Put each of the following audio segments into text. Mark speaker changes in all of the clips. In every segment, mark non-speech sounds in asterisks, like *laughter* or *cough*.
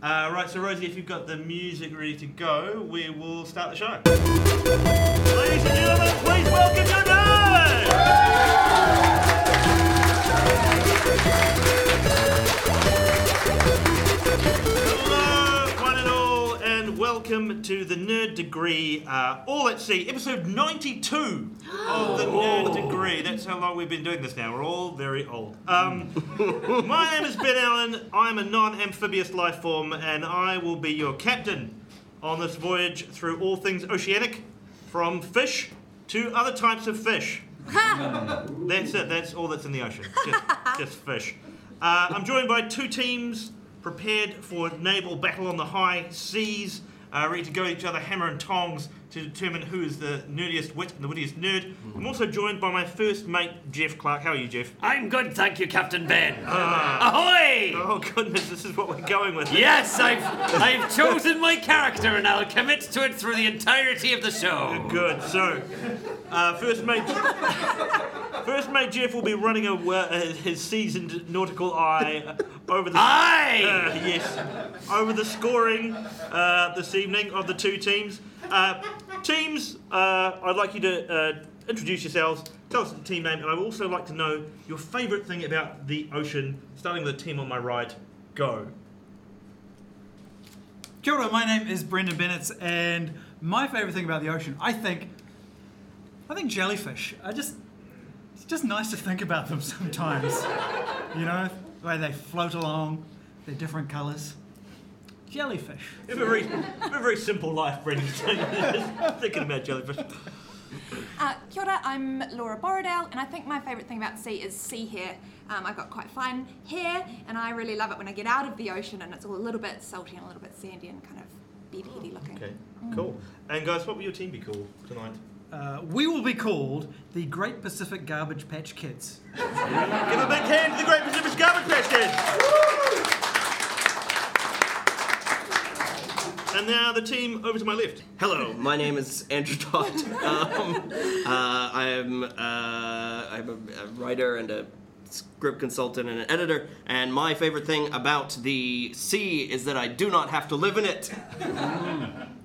Speaker 1: Uh, right, so Rosie, if you've got the music ready to go, we will start the show. Ladies and gentlemen, please welcome your dad! Hello, one and all, and welcome to the Nerd Degree uh, All at Sea, episode 92 of the Nerd Degree. That's how long we've been doing this now. We're all very old. Um, my name is Ben Allen. I'm a non amphibious life form, and I will be your captain on this voyage through all things oceanic, from fish to other types of fish. That's it. That's all that's in the ocean. Just, just fish. Uh, I'm joined by two teams prepared for naval battle on the high seas, uh, ready to go at each other hammer and tongs to determine who is the nerdiest wit and the wittiest nerd. I'm also joined by my first mate, Jeff Clark. How are you, Jeff?
Speaker 2: I'm good, thank you, Captain Ben. Ahoy!
Speaker 1: Oh goodness, this is what we're going with.
Speaker 2: Yes, I've I've chosen my character and I'll commit to it through the entirety of the show.
Speaker 1: Good. So, uh, first mate, first mate Jeff will be running a, uh, his seasoned nautical eye over the.
Speaker 2: Aye!
Speaker 1: Uh, yes, over the scoring uh, this evening of the two teams. Uh, teams, uh, I'd like you to uh, introduce yourselves, tell us the team name, and I would also like to know your favourite thing about the ocean, starting with the team on my right. Go.
Speaker 3: Kia ora, my name is Brendan Bennett, and my favourite thing about the ocean, I think, I think jellyfish. I just, it's just nice to think about them *laughs* sometimes. you know, the way they float along, they're different colours. Jellyfish.
Speaker 1: You have a very, you have a very simple life, Brendan. Just thinking about jellyfish.
Speaker 4: Uh, kia ora, I'm Laura Borrowdale, and I think my favourite thing about the sea is sea hair. Um, I've got quite fine hair, and I really love it when I get out of the ocean and it's all a little bit salty and a little bit sandy and kind of bedheady looking.
Speaker 1: Okay, cool. And guys, what will your team be called tonight?
Speaker 3: Uh, we will be called the Great Pacific Garbage Patch Kids.
Speaker 1: Give a big hand to the Great Pacific Garbage Patch Kids. And now the team over to my left.
Speaker 5: Hello, my name is Andrew Todd. *laughs* Um, uh, I'm, uh, I'm a, a writer and a script consultant and an editor, and my favorite thing about the sea is that I do not have to live in it.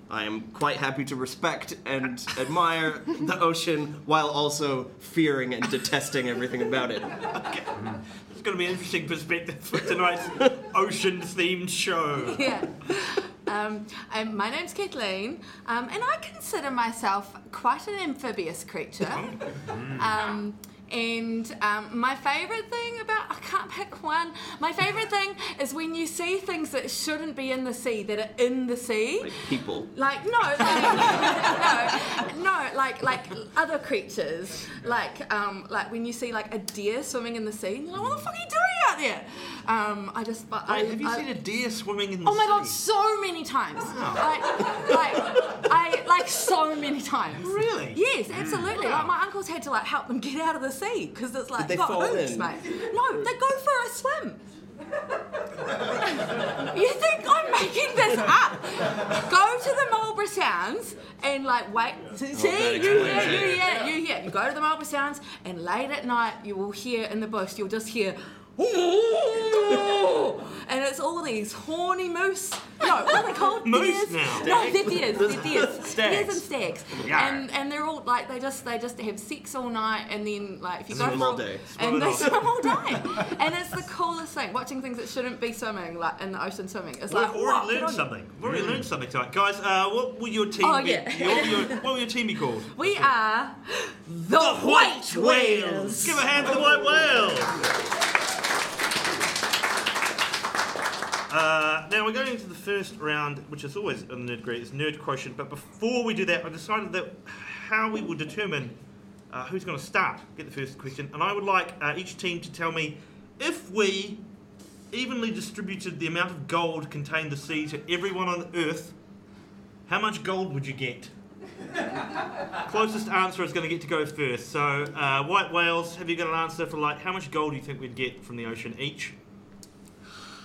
Speaker 5: I am quite happy to respect and admire the ocean while also fearing and detesting everything about it.
Speaker 1: It's going to be an interesting perspective for *laughs* tonight's ocean-themed show.
Speaker 6: *laughs* yeah. Um, um, my name's Kathleen, um, and I consider myself quite an amphibious creature. Um, and um, my favourite thing about, I can't pick one, my favourite thing is when you see things that shouldn't be in the sea that are in the sea.
Speaker 5: Like people.
Speaker 6: Like no, like, *laughs* no, no, like like other creatures, like um, like when you see like a deer swimming in the sea, and you're like, what the fuck are you doing out there? Um, I just, but I,
Speaker 1: Hey, have you
Speaker 6: I-
Speaker 1: seen a deer swimming in the
Speaker 6: Oh my god,
Speaker 1: sea?
Speaker 6: so many times. Like, like, I like so many times.
Speaker 1: Really? Mm.
Speaker 6: Yes, absolutely. Like my uncles had to like help them get out of the sea because it's like
Speaker 5: they
Speaker 6: got
Speaker 5: fall
Speaker 6: hooks,
Speaker 5: in?
Speaker 6: mate. No, they go for a swim. *laughs* you think I'm
Speaker 1: *laughs*
Speaker 6: making this up? Go to the Marlborough Sounds and like wait.
Speaker 1: Oh,
Speaker 6: See, you hear, you hear, you hear. You go to the Marlborough Sounds and late at night you will hear in the bush. You'll just hear. And it's all these horny moose. No, what are they called?
Speaker 1: Moose
Speaker 6: Deers?
Speaker 1: now.
Speaker 6: No, they're deers. They're deers.
Speaker 1: Stags.
Speaker 6: Deers and stags. And and they're all like they just they just have sex all night and then like if you
Speaker 5: Swim
Speaker 6: go for
Speaker 5: all
Speaker 6: a-
Speaker 5: day.
Speaker 1: Swim
Speaker 6: and
Speaker 1: it
Speaker 6: they
Speaker 1: all.
Speaker 6: swim all day. and it's the coolest thing. Watching things that shouldn't be swimming like in the ocean swimming. It's
Speaker 1: We've
Speaker 6: like wow,
Speaker 1: already
Speaker 6: good
Speaker 1: learned
Speaker 6: on you.
Speaker 1: something. We've already learned something tonight, guys. Uh, what will your team
Speaker 6: Oh,
Speaker 1: be?
Speaker 6: yeah.
Speaker 1: your-
Speaker 6: *laughs*
Speaker 1: your- what will your team be called?
Speaker 6: We are the white whales.
Speaker 1: Give a hand for the white whale. Uh, now we're going into the first round, which is always on the nerd grade, is nerd quotient. But before we do that, I decided that how we will determine uh, who's going to start, get the first question, and I would like uh, each team to tell me if we evenly distributed the amount of gold contained in the sea to everyone on Earth, how much gold would you get? Closest answer is going to get to go first. So, uh, white whales, have you got an answer for like how much gold do you think we'd get from the ocean each?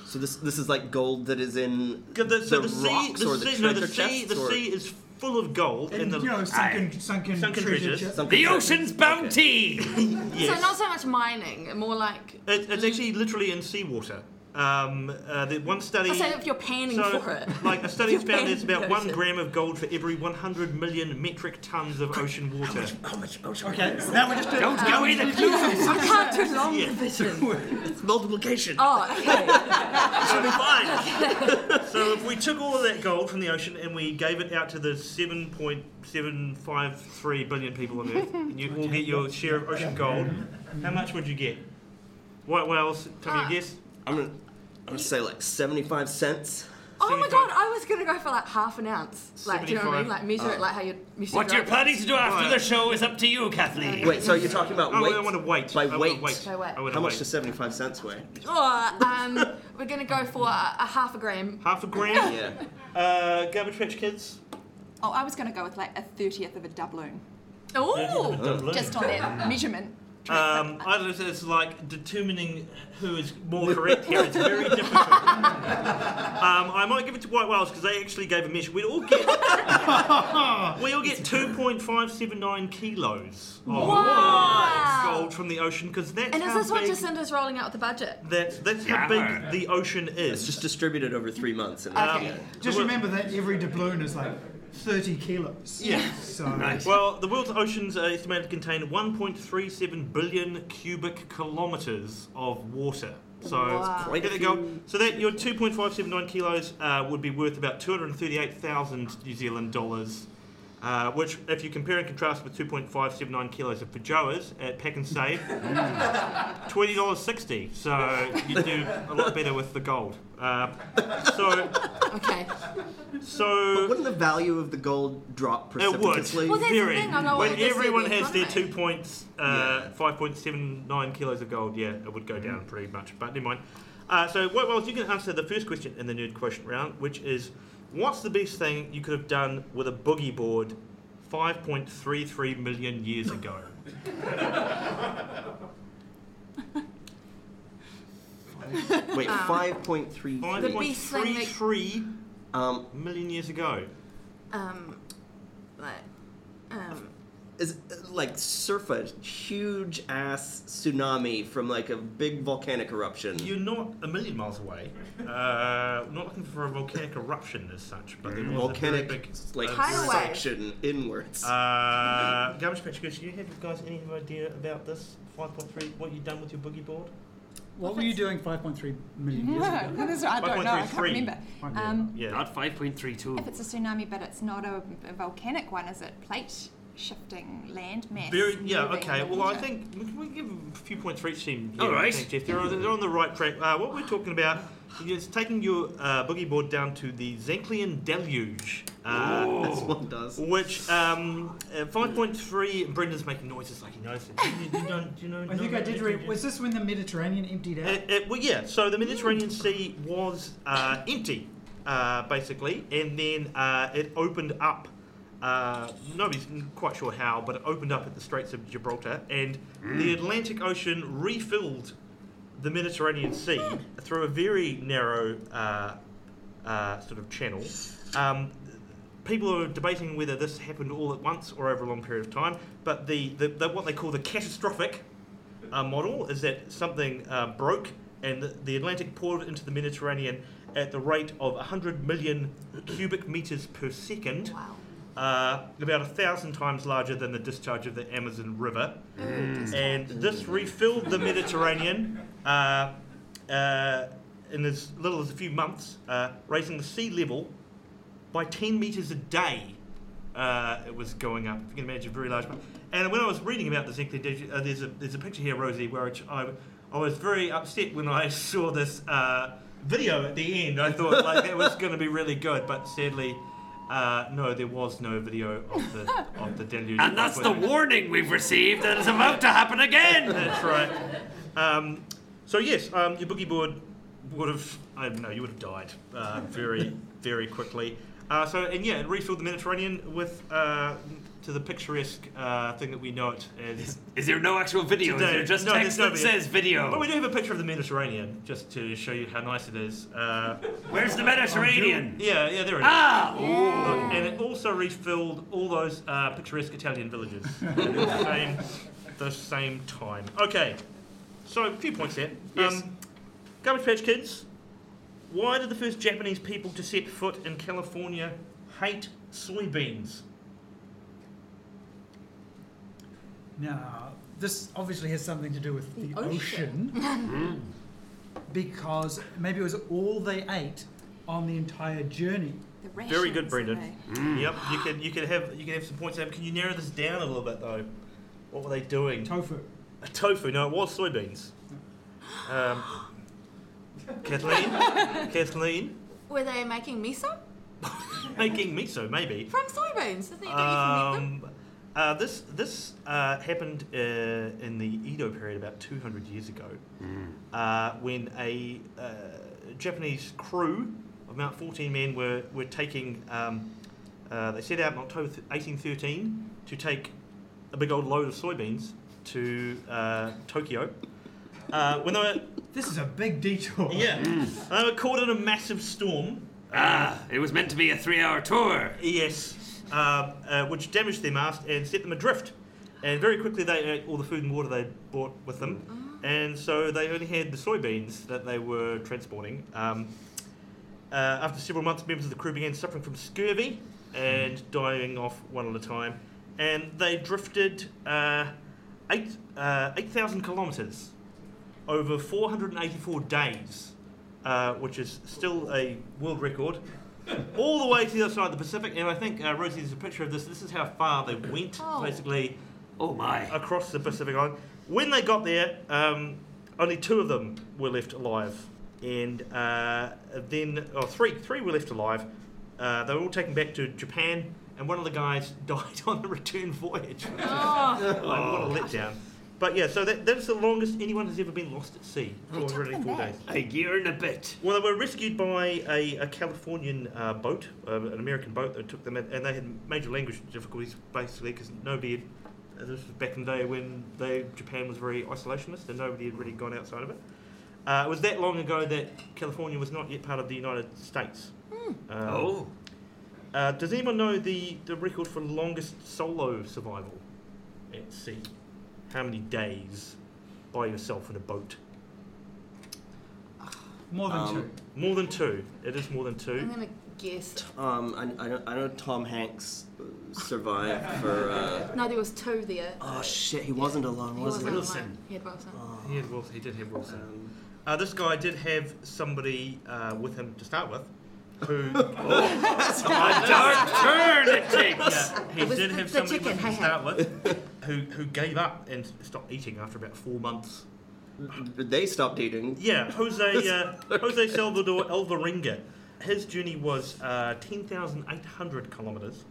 Speaker 5: So this this is like gold that is in
Speaker 1: The, the, so the, sea,
Speaker 5: rocks
Speaker 1: the
Speaker 5: or the
Speaker 1: sea,
Speaker 5: treasure
Speaker 1: no, the sea,
Speaker 5: chests
Speaker 1: the
Speaker 5: or
Speaker 1: sea is full of gold, and,
Speaker 3: And,
Speaker 1: the
Speaker 3: you know, sunken, sunken,
Speaker 1: Sunken
Speaker 3: treasure
Speaker 1: treasures.
Speaker 3: chest.
Speaker 5: something
Speaker 2: The
Speaker 5: like-
Speaker 2: ocean's
Speaker 5: okay.
Speaker 2: bounty!
Speaker 6: So
Speaker 1: yes,
Speaker 6: not so much mining, more like
Speaker 1: It- it's actually literally in seawater. Uh, Um, uh, the one study.
Speaker 6: I say if you're panning
Speaker 1: so,
Speaker 6: for
Speaker 1: *laughs*
Speaker 6: it.
Speaker 1: like
Speaker 6: *laughs*
Speaker 1: a study
Speaker 6: You're
Speaker 1: found there's
Speaker 6: panning
Speaker 1: about
Speaker 6: for
Speaker 1: one
Speaker 6: it.
Speaker 1: gram of gold for every 100 million metric tons
Speaker 6: *laughs*
Speaker 1: of ocean water.
Speaker 5: How much ocean?
Speaker 3: Okay, now we're just doing.
Speaker 2: Don't
Speaker 3: now
Speaker 2: go
Speaker 3: we're
Speaker 2: in
Speaker 3: just
Speaker 2: the
Speaker 3: doing-
Speaker 6: I can't do long
Speaker 1: Yeah.
Speaker 6: division.
Speaker 5: It's multiplication.
Speaker 6: Oh, okay.
Speaker 1: Should be fine.
Speaker 6: *laughs*
Speaker 1: so if we took all of that gold from the ocean and we gave it out to the 7.753 billion people on Earth, and you all get your share of ocean gold, how much would you get? What, what else? Tell
Speaker 5: Ah.
Speaker 1: me a guess.
Speaker 5: I'm gonna, I'm gonna say like 75 cents.
Speaker 6: Oh my
Speaker 1: 75.
Speaker 6: god, I was gonna go for like half an ounce. Like, do you know what I mean?
Speaker 1: 75.
Speaker 6: Like measure it like how you measure
Speaker 2: What you're
Speaker 6: it.
Speaker 2: planning to do after the show is up to you, Kathleen.
Speaker 5: Wait, so you're talking about
Speaker 1: Oh,
Speaker 5: weight?
Speaker 1: I want to wait.
Speaker 5: By
Speaker 1: I wanna
Speaker 5: weight.
Speaker 1: wait.
Speaker 6: By weight.
Speaker 1: I wanna
Speaker 5: How much
Speaker 1: wait.
Speaker 5: does 75 cents weigh?
Speaker 6: Or um, we're gonna go for a, a half a gram.
Speaker 1: Half a gram?
Speaker 5: Yeah.
Speaker 1: Uh, garbage patch kids?
Speaker 4: Oh, I was going to go with like a 30th of a doubloon.
Speaker 6: Ooh.
Speaker 4: Just
Speaker 1: *laughs*
Speaker 4: on that measurement. *laughs*
Speaker 1: Um, I don't know, it's like determining who is more correct here. It's
Speaker 6: *laughs*
Speaker 1: very difficult. um, I might give it to White Wales because they actually gave a measure. We'd all
Speaker 6: *laughs*
Speaker 1: get, we all get 2.579 kilos of gold from the ocean because that's
Speaker 6: And is
Speaker 1: how
Speaker 6: this what
Speaker 1: big.
Speaker 6: Jacinda's rolling out with the budget?
Speaker 1: that's that's how
Speaker 2: Yeah.
Speaker 1: big the ocean is.
Speaker 5: It's just distributed over three months. And
Speaker 1: Uh,
Speaker 6: Okay.
Speaker 5: yeah.
Speaker 3: Just remember that every doubloon is like 30 kilos.
Speaker 1: Yeah.
Speaker 3: So
Speaker 1: Well, the world's oceans are estimated to contain 1.37 billion cubic kilometres of water. So,
Speaker 6: Wow.
Speaker 5: Quite
Speaker 1: there
Speaker 5: a
Speaker 1: they go.
Speaker 5: few.
Speaker 1: So that your 2.579 kilos uh, would be worth about 238,000 New Zealand dollars. Uh, which, if you compare and contrast with 2.579 kilos of pajoas at Pack and
Speaker 5: *laughs*
Speaker 1: Save, twenty dollars sixty. So you do a lot better with the gold. Uh, so,
Speaker 6: Okay.
Speaker 1: so
Speaker 5: Wouldn't the value of the gold drop
Speaker 1: it would.
Speaker 5: precipitously?
Speaker 6: Well, that's the
Speaker 1: Very.
Speaker 6: thing, I know what
Speaker 1: when
Speaker 6: it is
Speaker 1: everyone
Speaker 6: in the
Speaker 1: has their two
Speaker 6: economy.
Speaker 1: points, uh, five point seven nine kilos of gold, yeah, it would go down pretty much. But never mind. Uh, so, White Wells, you can answer the first question in the nerd quotient round, which is, what's the best thing you could have done with a boogie board, five point three three million years ago?
Speaker 5: 5. Wait, 5.3.
Speaker 1: Five
Speaker 6: *laughs* The
Speaker 1: point
Speaker 6: best thing
Speaker 1: three
Speaker 6: that-
Speaker 1: three
Speaker 5: Um,
Speaker 1: million years ago.
Speaker 6: Um, like, um,
Speaker 5: is like surf a huge ass tsunami from like a big volcanic eruption.
Speaker 1: You're not a million miles
Speaker 6: *laughs*
Speaker 1: away. Uh, not looking for a volcanic eruption as such, but there was a
Speaker 5: volcanic
Speaker 1: very big
Speaker 5: like
Speaker 6: Tidal wave.
Speaker 5: suction inwards. *laughs*
Speaker 1: Uh, Garbage Patch Kids, do you have you guys any idea about this 5.3? What you done with your boogie board?
Speaker 3: what were you doing 5.3 million years ago?
Speaker 4: No, that's right, I don't know. I can't
Speaker 1: 5.33.
Speaker 4: remember. Um,
Speaker 1: Yeah.
Speaker 2: Not 5.32.
Speaker 4: if it's a tsunami, but it's not a, a volcanic one, is it? Plate shifting land mass.
Speaker 1: Very, yeah,
Speaker 4: moving
Speaker 1: okay.
Speaker 4: in the
Speaker 1: Well, I
Speaker 4: water.
Speaker 1: think we can we give a few points for each team.
Speaker 2: All
Speaker 1: I
Speaker 2: right.
Speaker 1: think, Jeff, they're, on- they're on the right track. Uh, what we're talking about is taking your uh, boogie board down to the Zanklian Deluge. Uh,
Speaker 5: That's what it does.
Speaker 1: which um, uh, 5.3, Brendan's making noises like he knows it. You, you don't, you know,
Speaker 3: I think I did read. Was this when the Mediterranean emptied out?
Speaker 1: It, it, well, yeah. So the Mediterranean Sea was uh, empty, uh, basically, and then uh, it opened up. Uh, nobody's quite sure how, but it opened up at the Straits of Gibraltar, and the Atlantic Ocean refilled the Mediterranean Sea through a very narrow uh, uh, sort of channel. Um, people are debating whether this happened all at once or over a long period of time, but the, the, the what they call the catastrophic uh, model is that something uh, broke and the, the Atlantic poured into the Mediterranean at the rate of 100 million cubic meters per second
Speaker 6: wow.
Speaker 1: uh, about a thousand times larger than the discharge of the Amazon River. And this refilled the Mediterranean uh, uh, in as little as a few months, uh, raising the sea level by 10 metres a day. Uh, it was going up. If you can imagine, very large. one. And when I was reading about this, uh, there's a there's a picture here, Rosie, where which I I was very upset when I *laughs* saw this uh, video at the end. I thought like that was going to be really good, but sadly, uh, no, there was no video of the of the deluge.
Speaker 2: And that's the warning we've received that is about to happen again.
Speaker 1: That's right. Um, so yes, um, your boogie board would have I don't know you would have died uh, very very quickly. Uh, so and yeah, it refilled the Mediterranean with uh, to the picturesque uh, thing that we know it as.
Speaker 2: Is there no actual video? Is
Speaker 1: Today-
Speaker 2: there just
Speaker 1: no,
Speaker 2: text
Speaker 1: there's no
Speaker 2: that
Speaker 1: video.
Speaker 2: says video?
Speaker 1: Well, we do have a picture of the Mediterranean just to show you how nice it is. Uh,
Speaker 2: Where's the Mediterranean?
Speaker 1: yeah, yeah, there it is.
Speaker 2: Ah!
Speaker 1: Look, and it also refilled all those uh, picturesque Italian villages at the same, the same time. Okay, so a few points there.
Speaker 2: Yes.
Speaker 1: Um, Garbage Patch Kids, Why did the first Japanese people to set foot in California hate soybeans?
Speaker 3: Now, this obviously has something to do with the,
Speaker 6: The
Speaker 3: ocean. *laughs* Hmm. because maybe it was all they ate on the entire journey.
Speaker 4: The
Speaker 1: Very good,
Speaker 4: rations, eh?
Speaker 1: Brendan.
Speaker 4: okay.
Speaker 1: Yep, you can you can have you can have some points. There. Can you narrow this down a little bit though? What were they doing?
Speaker 3: Tofu.
Speaker 1: tofu. No, it was soybeans. Um, Kathleen, Kathleen,
Speaker 6: Were they making miso
Speaker 1: making miso maybe.
Speaker 6: from soybeans? Isn't it? Don't you ferment them?
Speaker 1: Um, uh, this this uh, happened uh, in the Edo period about 200 years ago, uh, when a uh, Japanese crew of about 14 men were were taking. Um, uh, they set out in October 1813 to take a big old load of soybeans to uh, Tokyo. Uh, when they were
Speaker 3: This is a big detour.
Speaker 1: yeah, they were caught in a massive storm.
Speaker 2: Ah, it was meant to be a three-hour tour.
Speaker 1: Yes, um, uh, which damaged their mast and set them adrift. And very quickly they ate all the food and water they brought with them, and so they only had the soybeans that they were transporting. Um, uh, after several months, members of the crew began suffering from scurvy and dying off one at a time, and they drifted uh, eight uh, eight thousand kilometres over four hundred and eighty four days, uh, which is still a world record all the way to the other side of the Pacific. And I think, uh, Rosie, there's a picture of this. This is how far they went,
Speaker 6: Oh.
Speaker 1: basically,
Speaker 2: Oh my.
Speaker 1: across the Pacific Island. When they got there, um, only two of them were left alive. And uh, then, oh, three, three were left alive. Uh, they were all taken back to Japan, and one of the guys *laughs* died on the return voyage. *laughs* like,
Speaker 4: Oh.
Speaker 1: what a letdown. But yeah, so that, that's the longest anyone has ever been lost at sea.
Speaker 4: Who took them
Speaker 1: 484
Speaker 4: back?
Speaker 1: days.
Speaker 2: A year and a bit.
Speaker 1: Well, they were rescued by a, a Californian uh, boat, uh, an American boat that took them, in, and they had major language difficulties basically because nobody had. uh, This was back in the day when they, Japan was very isolationist and nobody had really gone outside of it. Uh, it was that long ago that California was not yet part of the United States. Um,
Speaker 2: Oh.
Speaker 1: uh, does anyone know the, the record for longest solo survival at sea? How many days by yourself in a boat?
Speaker 3: More than
Speaker 5: Um,
Speaker 3: two.
Speaker 1: More than two. It is more than two.
Speaker 6: I'm gonna guess.
Speaker 5: Um, I, I, know, I know Tom Hanks uh, survived for. Uh,
Speaker 6: No, there was two there.
Speaker 5: oh shit, he wasn't alone,
Speaker 6: He
Speaker 5: was
Speaker 6: wasn't
Speaker 5: he?
Speaker 1: Wilson.
Speaker 6: alone. He had Wilson.
Speaker 1: He had Wilson. He did have Wilson.
Speaker 5: Um,
Speaker 1: Uh, this guy did have somebody uh, with him to start with, who
Speaker 2: A dark turn it takes.
Speaker 1: yeah, he
Speaker 6: It was
Speaker 1: did
Speaker 6: the-
Speaker 1: have
Speaker 6: the
Speaker 1: somebody
Speaker 6: chicken,
Speaker 1: with him to
Speaker 6: hey, hey.
Speaker 1: start with, who who gave up and stopped eating after about four months.
Speaker 5: they stopped eating.
Speaker 1: Yeah, Jose uh, Jose Salvador Alvarenga. His journey was uh, ten thousand eight hundred kilometers,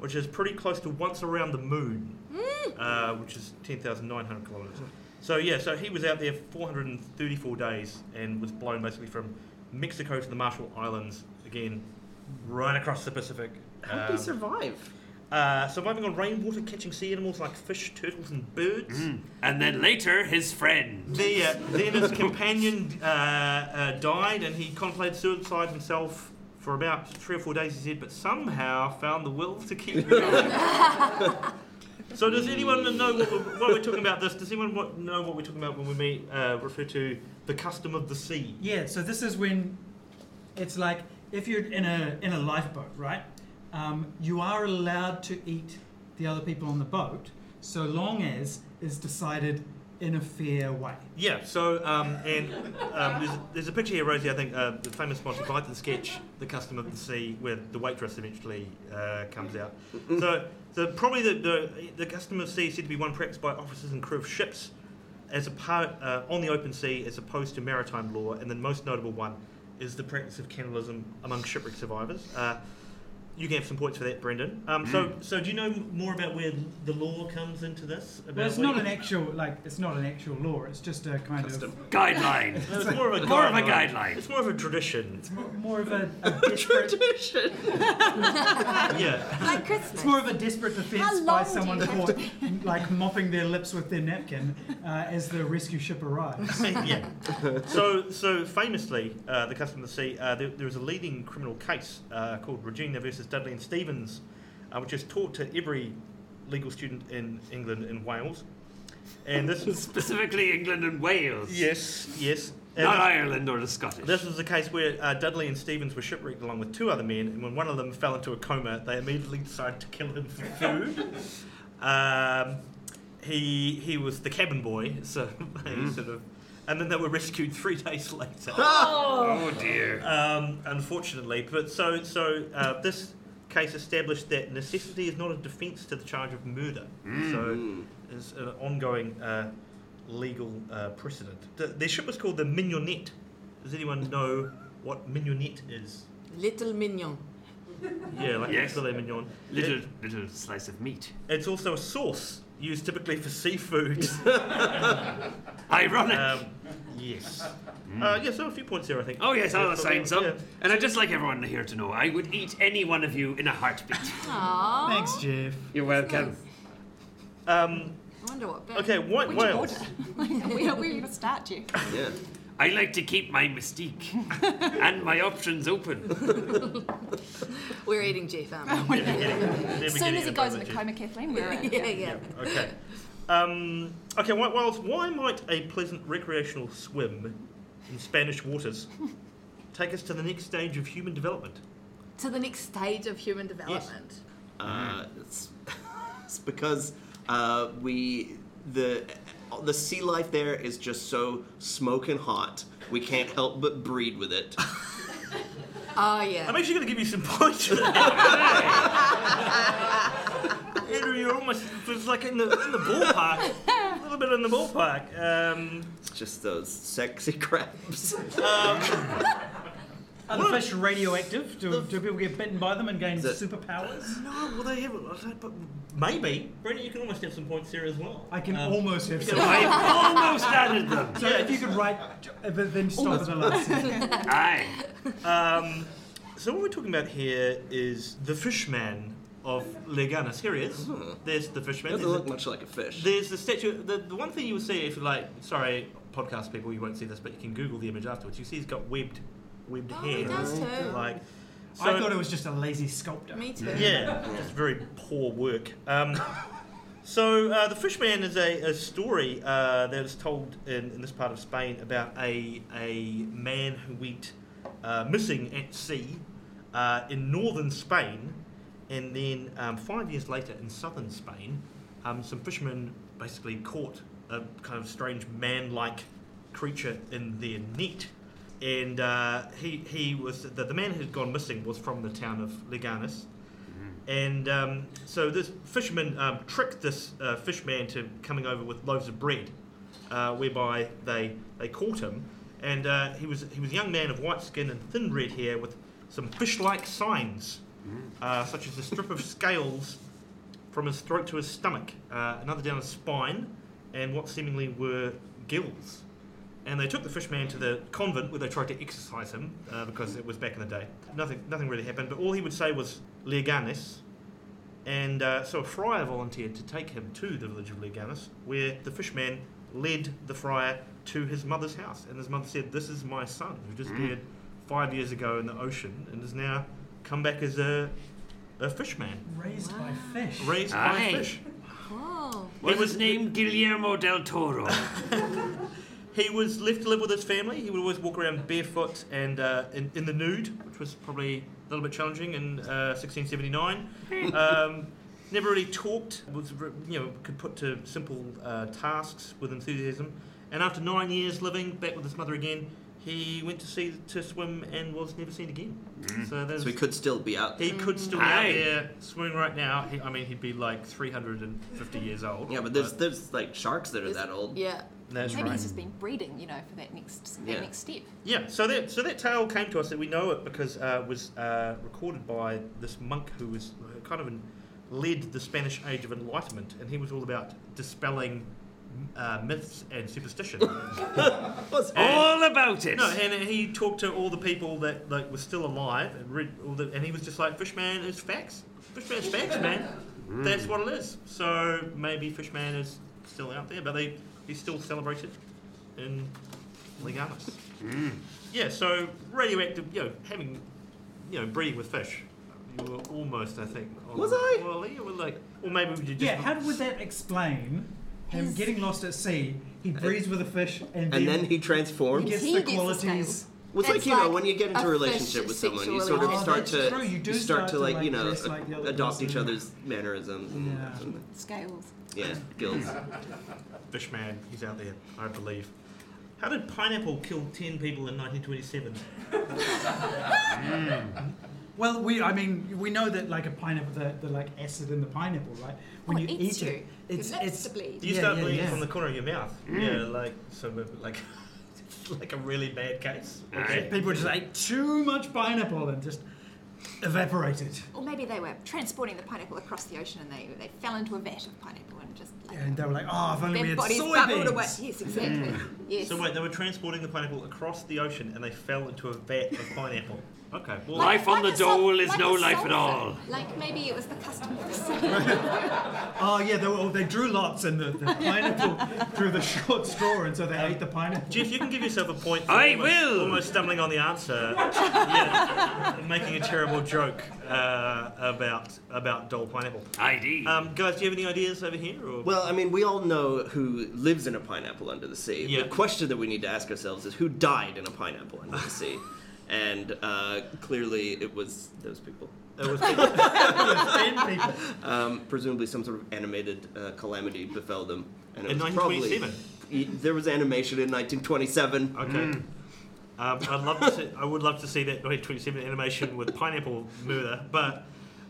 Speaker 1: which is pretty close to once around the moon, uh, which is ten thousand nine hundred kilometers. So yeah, so he was out there four hundred and thirty-four days and was blown basically from Mexico to the Marshall Islands again, right across the Pacific.
Speaker 5: How did
Speaker 1: Um,
Speaker 5: he survive?
Speaker 1: uh, surviving on rainwater, catching sea animals like fish, turtles, and birds.
Speaker 2: And then later, his friend.
Speaker 1: The, uh, then his companion uh, uh, died, and he contemplated suicide himself for about three or four days. He said, but somehow found the will to keep going. so, does anyone know what we're, what we're talking about? This does anyone what, know what we're talking about when we meet, uh, refer to the custom of the sea?
Speaker 3: Yeah, so this is when it's like if you're in a in a lifeboat, right? Um, you are allowed to eat the other people on the boat so long as is decided in a fair way.
Speaker 1: Yeah. So, um, and um, there's, there's a picture here, Rosie. I think uh, the famous Monty Python sketch, "The Custom of the Sea," where the waitress eventually uh, comes out. So, so probably the, the the custom of the sea is said to be one practiced by officers and crew of ships, as a part uh, on the open sea, as opposed to maritime law. And the most notable one is the practice of cannibalism among shipwreck survivors. Uh, you can have some points for that, Brendan. Um, so,
Speaker 3: Mm.
Speaker 1: so do you know more about where the law comes into this? About
Speaker 3: Well, it's
Speaker 1: what
Speaker 3: not
Speaker 1: you-
Speaker 3: an actual like it's not an actual law. It's just a kind
Speaker 5: Custom.
Speaker 2: Guideline.
Speaker 1: No, it's more of a
Speaker 2: More of a guideline.
Speaker 1: It's more of a tradition.
Speaker 3: of more, more of a, a desperate,
Speaker 1: yeah.
Speaker 4: Like Christmas.
Speaker 3: it's more of a desperate defence
Speaker 4: How
Speaker 3: by
Speaker 4: long do
Speaker 3: someone
Speaker 4: you have
Speaker 3: caught like mopping their lips with their napkin uh, as the rescue ship
Speaker 1: *laughs*
Speaker 3: arrives.
Speaker 1: yeah. So, so famously, uh, the custom of the sea, uh, there, there is a leading criminal case uh, called Regina versus Dudley and Stevens, uh, which is taught to every legal student in England and Wales. And this is
Speaker 2: Specifically, England and Wales.
Speaker 1: yes, yes.
Speaker 2: Not Ireland or the Scottish.
Speaker 1: This was the case where uh, Dudley and Stevens were shipwrecked along with two other men, and when one of them fell into a coma, they immediately decided to kill him for food. um, he he was the cabin boy, so *laughs* they sort of, and then they were rescued three days later.
Speaker 2: oh dear.
Speaker 1: um, unfortunately, but so so uh, this case established that necessity is not a defence to the charge of murder. So is an ongoing uh, legal uh, precedent. The, their ship was called the Mignonette. Does anyone know what Mignonette is?
Speaker 6: Little mignon.
Speaker 1: Yeah, like
Speaker 2: Yes.
Speaker 1: filet mignon.
Speaker 2: Little
Speaker 1: It-
Speaker 2: little slice of meat.
Speaker 1: it's also a sauce used typically for seafood. *laughs*
Speaker 2: Ironic.
Speaker 1: um, yes. Uh, yeah, so a few points there, I think.
Speaker 2: Oh yes, I'll
Speaker 1: Yeah,
Speaker 2: assign some.
Speaker 1: yeah.
Speaker 2: And I'd just like everyone here to know, I would eat any one of you in a heartbeat.
Speaker 6: Aww.
Speaker 3: Thanks, Jeff.
Speaker 2: You're welcome.
Speaker 1: Um,
Speaker 6: I wonder what. bit.
Speaker 1: okay, Wa-
Speaker 4: Which
Speaker 1: Wales.
Speaker 4: *laughs* order? Like, where, where are you going to start, Jeff?
Speaker 5: Yeah.
Speaker 2: I like to keep my mystique *laughs* and my options open.
Speaker 6: We're eating Jeff, aren't we?
Speaker 1: Never
Speaker 4: As soon
Speaker 1: getting
Speaker 4: as
Speaker 1: it
Speaker 4: he goes
Speaker 1: by
Speaker 4: into
Speaker 1: the
Speaker 4: coma, Kathleen, *laughs* we're in.
Speaker 6: yeah, yeah.
Speaker 1: Okay. Um, okay, White Wales, why might a pleasant recreational swim in Spanish waters take us to the next stage of human development?
Speaker 6: To the next stage of human development.
Speaker 5: Uh, it's, *laughs* it's because uh, we the the sea life there is just so smoking hot. We can't help but breed with it.
Speaker 6: Oh yeah.
Speaker 1: I'm actually going to give you some *laughs* points. Andrew, you're almost it's like in the, in the ballpark. A little bit in the ballpark. Um,
Speaker 5: It's just those sexy *laughs* crabs.
Speaker 3: Are the fish radioactive? Do, do people get bitten by them and gain
Speaker 5: it-
Speaker 3: superpowers?
Speaker 1: no, well, they haven't. I don't- But maybe. Brendan, you can almost have some points there as well. Um,
Speaker 3: I can almost have some.
Speaker 2: I've almost added them.
Speaker 3: So if you could write, uh, but then stop at the last. sentence.
Speaker 2: Aye.
Speaker 1: Um, so what we're talking about here is the fishman of Leganus. Here he is. There's the fishman.
Speaker 5: doesn't
Speaker 1: There's
Speaker 5: look much like a fish.
Speaker 1: There's the statue. The, the one thing you will see if you like, sorry, podcast people, you won't see this, but you can Google the image afterwards. You see he's got webbed, webbed
Speaker 6: Oh,
Speaker 1: hair.
Speaker 6: he does too.
Speaker 1: Like, so,
Speaker 3: I thought it was just a lazy sculptor.
Speaker 6: Me too.
Speaker 1: Yeah, just very poor work. Um, *laughs* so uh, the fishman is a, a story uh, that is told in, in this part of Spain about a a man who went uh, missing at sea uh, in northern Spain, and then um, five years later in southern Spain, um, some fishermen basically caught a kind of strange man-like creature in their net. And uh, he, he was the, the man who had gone missing was from the town of Leganus, and um, so this fisherman um, tricked this uh, fishman to coming over with loaves of bread, uh, whereby they they caught him, and uh, he was he was a young man of white skin and thin red hair with some fish-like signs, uh, such as a strip of scales from his throat to his stomach, uh, another down his spine, and what seemingly were gills. And they took the fishman to the convent where they tried to exorcise him uh, because it was back in the day. Nothing, nothing really happened, but all he would say was Leganis. And uh, so a friar volunteered to take him to the village of Leganis, where the fishman led the friar to his mother's house. And his mother said, This is my son, who disappeared five years ago in the ocean and has now come back as a, a fishman,
Speaker 3: Raised by fish.
Speaker 1: raised
Speaker 2: Aye.
Speaker 1: by fish.
Speaker 6: Oh.
Speaker 2: It was named Guillermo del Toro.
Speaker 1: He was left to live with his family. He would always walk around barefoot and uh, in, in the nude, which was probably a little bit challenging in uh, 1679. Um, never really talked. Was re- you know could put to simple uh, tasks with enthusiasm. And after nine years living back with his mother again, he went to sea to swim and was never seen again. So, that's,
Speaker 5: Hmm. So we could still be out there.
Speaker 1: he could still be out
Speaker 2: Aye.
Speaker 1: there swimming right now. He, I mean, he'd be like 350 years old.
Speaker 5: Yeah, but there's there's like sharks that are
Speaker 6: Is-
Speaker 5: that old.
Speaker 6: Yeah.
Speaker 1: that's
Speaker 4: Maybe
Speaker 1: right.
Speaker 4: he's just been breeding, you know, for that next that
Speaker 5: Yeah.
Speaker 4: next step.
Speaker 1: Yeah, so that so that tale came to us that we know it because uh, it was uh, recorded by this monk who was uh, kind of an, led the Spanish Age of Enlightenment, and he was all about dispelling uh, myths and superstition.
Speaker 5: Was-
Speaker 2: All about it.
Speaker 1: no, and he talked to all the people that like were still alive, and read all the, and he was just like, "Fishman is facts. Fishman's facts, man. That's what it is." So maybe Fishman is still out there, but they he's still celebrated in Legamus. Yeah, so radioactive, you know, having, you know, breeding with fish. You were almost, I think. on-
Speaker 5: Was I?
Speaker 1: Well, you were like, or maybe you just.
Speaker 3: Yeah, how would that explain him
Speaker 4: He's-
Speaker 3: getting lost at sea. He breeds with a fish, and then,
Speaker 5: And then he transforms.
Speaker 3: gets
Speaker 6: He
Speaker 3: the
Speaker 6: gets the
Speaker 3: qualities.
Speaker 5: Well, it's,
Speaker 6: It's
Speaker 5: like you know
Speaker 6: like
Speaker 5: when you get
Speaker 6: a
Speaker 5: into a
Speaker 6: fish
Speaker 5: relationship with someone, you sort of
Speaker 6: sexually- Oh,
Speaker 5: start
Speaker 3: that's
Speaker 5: to
Speaker 3: true. You do
Speaker 5: start to like you know
Speaker 3: dress like the other
Speaker 5: adopt each
Speaker 3: person.
Speaker 5: other's mannerisms and
Speaker 3: Yeah.
Speaker 5: and-
Speaker 4: Scales.
Speaker 5: yeah skills.
Speaker 1: Fishman, he's out there, I believe. How did pineapple kill 10 people in 1927?
Speaker 3: Well, we I mean we know that like a pineapple, the, the like acid in the pineapple, right? When
Speaker 4: Oh,
Speaker 3: you
Speaker 4: it eats
Speaker 3: eat
Speaker 4: you.
Speaker 3: it,
Speaker 4: Your
Speaker 3: it's
Speaker 4: lips
Speaker 3: it's
Speaker 4: to bleed.
Speaker 1: You
Speaker 3: Yeah,
Speaker 1: start
Speaker 3: yeah,
Speaker 1: bleeding
Speaker 3: yeah.
Speaker 1: from the corner of your mouth. Yeah, like some of- like *laughs* it's like a really bad case.
Speaker 2: Aye.
Speaker 3: people just ate too much pineapple and just evaporated.
Speaker 4: Or maybe they were transporting the pineapple across the ocean and they, they fell into a vat of pineapple and just like
Speaker 3: And they were like, oh, if only we
Speaker 4: their
Speaker 3: had
Speaker 4: bodies bubbled away.
Speaker 3: soybeans.
Speaker 4: Yes, exactly. Yes.
Speaker 1: So wait, they were transporting the pineapple across the ocean and they fell into a vat of pineapple. Okay, well,
Speaker 2: Like- Life on the
Speaker 4: a sol-
Speaker 2: dole is no
Speaker 4: a
Speaker 2: life at
Speaker 4: sulfur.
Speaker 2: all.
Speaker 4: Like maybe it was the custom for
Speaker 3: Oh yeah, they, were, oh, they drew lots and the, the
Speaker 4: *laughs*
Speaker 3: pineapple drew the short straw, and so they ate the pineapple.
Speaker 1: Jeff, you can give yourself a point for
Speaker 2: I
Speaker 1: almost,
Speaker 2: will.
Speaker 1: almost stumbling on the answer, yeah, and making a terrible joke uh, about about dull pineapple.
Speaker 2: ID.
Speaker 1: Um, guys, do you have any ideas over here? Or?
Speaker 5: Well, I mean, we all know who lives in a pineapple under the sea.
Speaker 1: Yeah.
Speaker 5: The question that we need to ask ourselves is who died in a pineapple under the sea, and uh, clearly it was those people.
Speaker 1: It was people-
Speaker 3: Ten people.
Speaker 5: Um, presumably, some sort of animated uh, calamity befell them. And it
Speaker 1: In
Speaker 5: was
Speaker 1: 1927?
Speaker 5: Probably, y- there was animation in 1927.
Speaker 1: Okay. Um, I'd love to see, I would love to see that 1927 animation with pineapple murder, but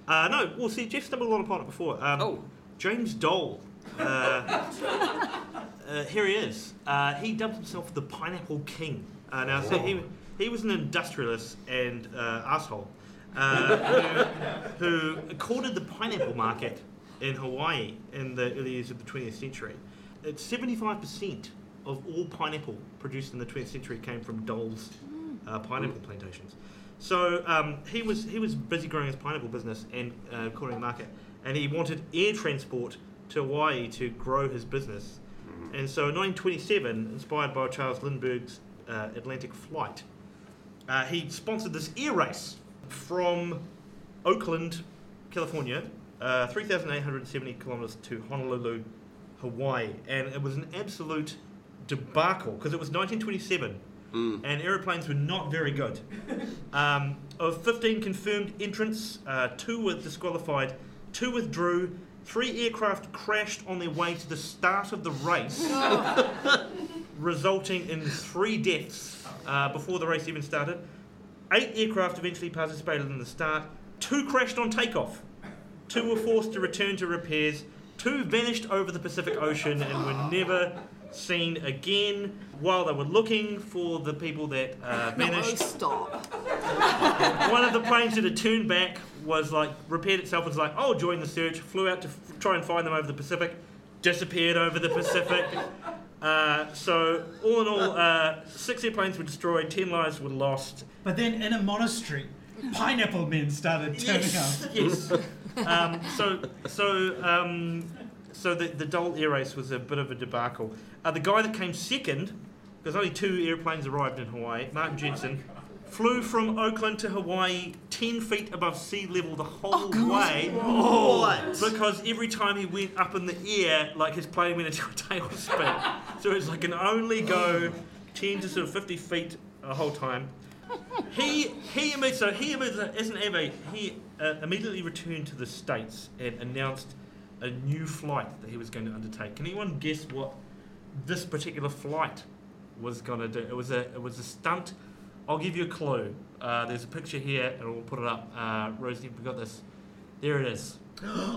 Speaker 1: uh, no. Well, see, Jeff stumbled on upon it before. Um,
Speaker 2: Oh.
Speaker 1: James Dole. Uh, *laughs* uh, here he is. Uh, he dubbed himself the Pineapple King. Uh, now, so he, he was an industrialist and uh, asshole uh, who, who courted the pineapple market in Hawaii in the early years of the 20th century. It's 75% of all pineapple produced in the 20th century came from Dole's uh, pineapple plantations. So um, he was he was busy growing his pineapple business and uh, courting the market, and he wanted air transport to Hawaii to grow his business. And so in 1927, inspired by Charles Lindbergh's uh, Atlantic Flight, uh, he sponsored this air race from Oakland, California, uh, 3,870 kilometers to Honolulu, Hawaii. And it was an absolute debacle because it was 1927 and aeroplanes were not very good. Um, of 15 confirmed entrants, uh, two were disqualified, two withdrew, three aircraft crashed on their way to the start of the race, resulting in three deaths uh, before the race even started. Eight aircraft eventually participated in the start, two crashed on takeoff, two were forced to return to repairs, two vanished over the Pacific Ocean and were never seen again while they were looking for the people that uh, vanished
Speaker 6: oh, stop.
Speaker 1: one of the planes that had turned back was like repaired itself and was like, "Oh, join the search." Flew out to f- try and find them over the Pacific, disappeared over the Pacific. Uh, so all in all, uh, six airplanes were destroyed, ten lives were lost.
Speaker 3: But then in a monastery, pineapple men started turning up.
Speaker 1: *laughs* yes. Um, so so um, so the the Dole air race was a bit of a debacle. Uh, the guy that came second, because only two airplanes arrived in Hawaii, Martin Jensen. Flew from Oakland to Hawaii 10 feet above sea level the whole way.
Speaker 5: What?
Speaker 1: Because every time he went up in the air, like his plane went into a tailspin. so it's like an only go 10 to sort of 50 feet the whole time. He he immediately so he immediately as an airmate he uh, immediately returned to the states and announced a new flight that he was going to undertake. Can anyone guess what this particular flight was going to do? It was a it was a stunt. I'll give you a clue. Uh, there's a picture here, and we'll put it up. Uh, Rosie, we got this. There it is.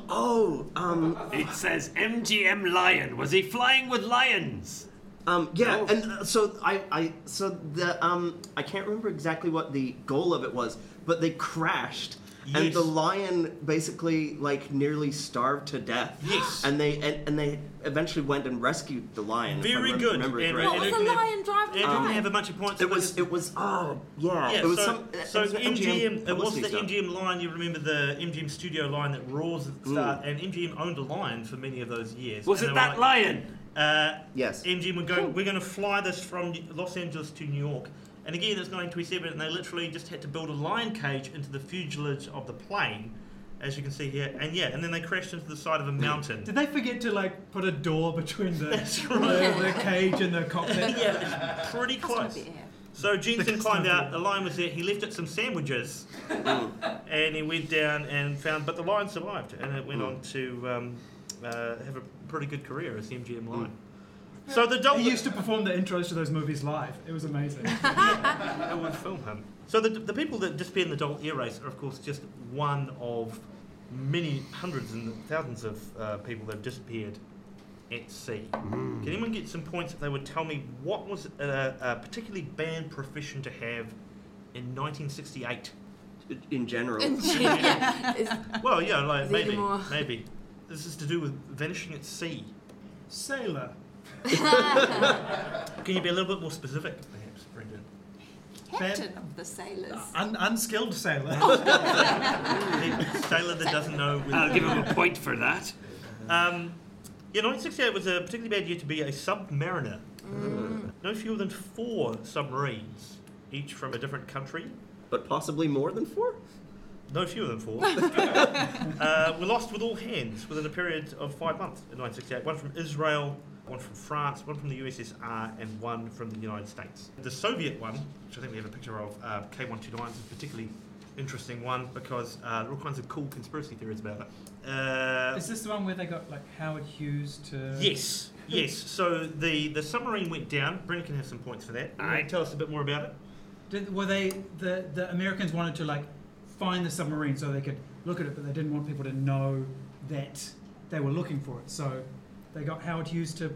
Speaker 5: Oh, um,
Speaker 2: it says MGM Lion. Was he flying with lions?
Speaker 5: Um, yeah, and uh, so I, I, so the, um, I can't remember exactly what the goal of it was, but they crashed, and
Speaker 1: Yes.
Speaker 5: the lion basically like nearly starved to death.
Speaker 1: Yes.
Speaker 5: and they and, and they eventually went and rescued the lion. if I
Speaker 1: Very
Speaker 5: remem-
Speaker 1: good,
Speaker 5: Remember
Speaker 1: Andrew.
Speaker 5: correctly.
Speaker 6: What was
Speaker 1: Andrew
Speaker 6: the
Speaker 1: can have-
Speaker 6: lion driving
Speaker 1: Andrew didn't
Speaker 6: by?
Speaker 1: have a bunch of points.
Speaker 5: Um, It was. It was. Oh, yeah.
Speaker 1: Yeah,
Speaker 5: it was
Speaker 1: so,
Speaker 5: some. it
Speaker 1: so
Speaker 5: was an
Speaker 1: MGM, it uh, was
Speaker 5: publicity
Speaker 1: the
Speaker 5: stunt.
Speaker 1: MGM line. You remember the MGM studio line that roars at
Speaker 5: Mm.
Speaker 1: the start, and MGM owned a lion for many of those years.
Speaker 2: Was
Speaker 1: And
Speaker 2: it
Speaker 1: they were
Speaker 2: that
Speaker 1: like,
Speaker 2: lion?
Speaker 1: Uh,
Speaker 5: Yes.
Speaker 1: MGM would go. We're going to fly this from Los Angeles to New York, and again it's 1927, and they literally just had to build a lion cage into the fuselage of the plane, as you can see here. And yeah, and then they crashed into the side
Speaker 5: Hmm.
Speaker 1: of a mountain.
Speaker 3: Did they forget to like put a door between the,
Speaker 1: That's
Speaker 3: the-
Speaker 1: right.
Speaker 3: the cage and the *laughs* cockpit?
Speaker 1: yeah, it's pretty
Speaker 4: Customer
Speaker 1: close.
Speaker 4: be here.
Speaker 1: So Jensen
Speaker 3: customer
Speaker 1: climbed out,
Speaker 3: bit. Mm.
Speaker 1: the lion was there, he left it some sandwiches. and he went down and found, but the lion survived and it
Speaker 3: Mm.
Speaker 1: went on to um, uh, have a pretty good career as the MGM lion. So the dog.
Speaker 3: Mm. He used to perform the intros to those movies live. It was amazing.
Speaker 1: I *laughs* would film him. So the, the people that disappear in the Doll Air Race are, of course, just one of many hundreds and thousands of uh, people that have disappeared at sea. Can anyone get some points if they would tell me what was a, a particularly banned profession to have in 1968?
Speaker 5: In general.
Speaker 6: yeah. Is-
Speaker 1: Well, yeah, like
Speaker 6: Is it
Speaker 1: maybe,
Speaker 6: anymore?
Speaker 1: *laughs* maybe. This is to do with vanishing at sea.
Speaker 3: Sailor.
Speaker 1: Can you be a little bit more specific, perhaps, Brendan?
Speaker 4: Captain of the sailors.
Speaker 3: Un- unskilled sailor. *laughs*
Speaker 1: The sailor that doesn't know. when-
Speaker 2: I'll give him a point for that.
Speaker 1: Um, yeah, 1968 was a particularly bad year to be a submariner. No fewer than four submarines, each from a different country.
Speaker 5: But possibly more than four?
Speaker 1: No fewer than four. uh, were lost with all hands within a period of five months in 1968. One from Israel, one from France, one from the USSR, and one from the United States. The Soviet one, which I think we have a picture of, uh, K129, is a particularly interesting one because uh, there are all kinds of cool conspiracy theories about it. Uh,
Speaker 3: Is this the one where they got like Howard Hughes to?
Speaker 1: Yes, yes. So the, the submarine went down. Brendan can have some points for that.
Speaker 2: Aye.
Speaker 1: Tell us a bit more about it.
Speaker 3: Did, were they the the Americans wanted to like find the submarine so they could look at it, but they didn't want people to know that they were looking for it. So they got Howard Hughes to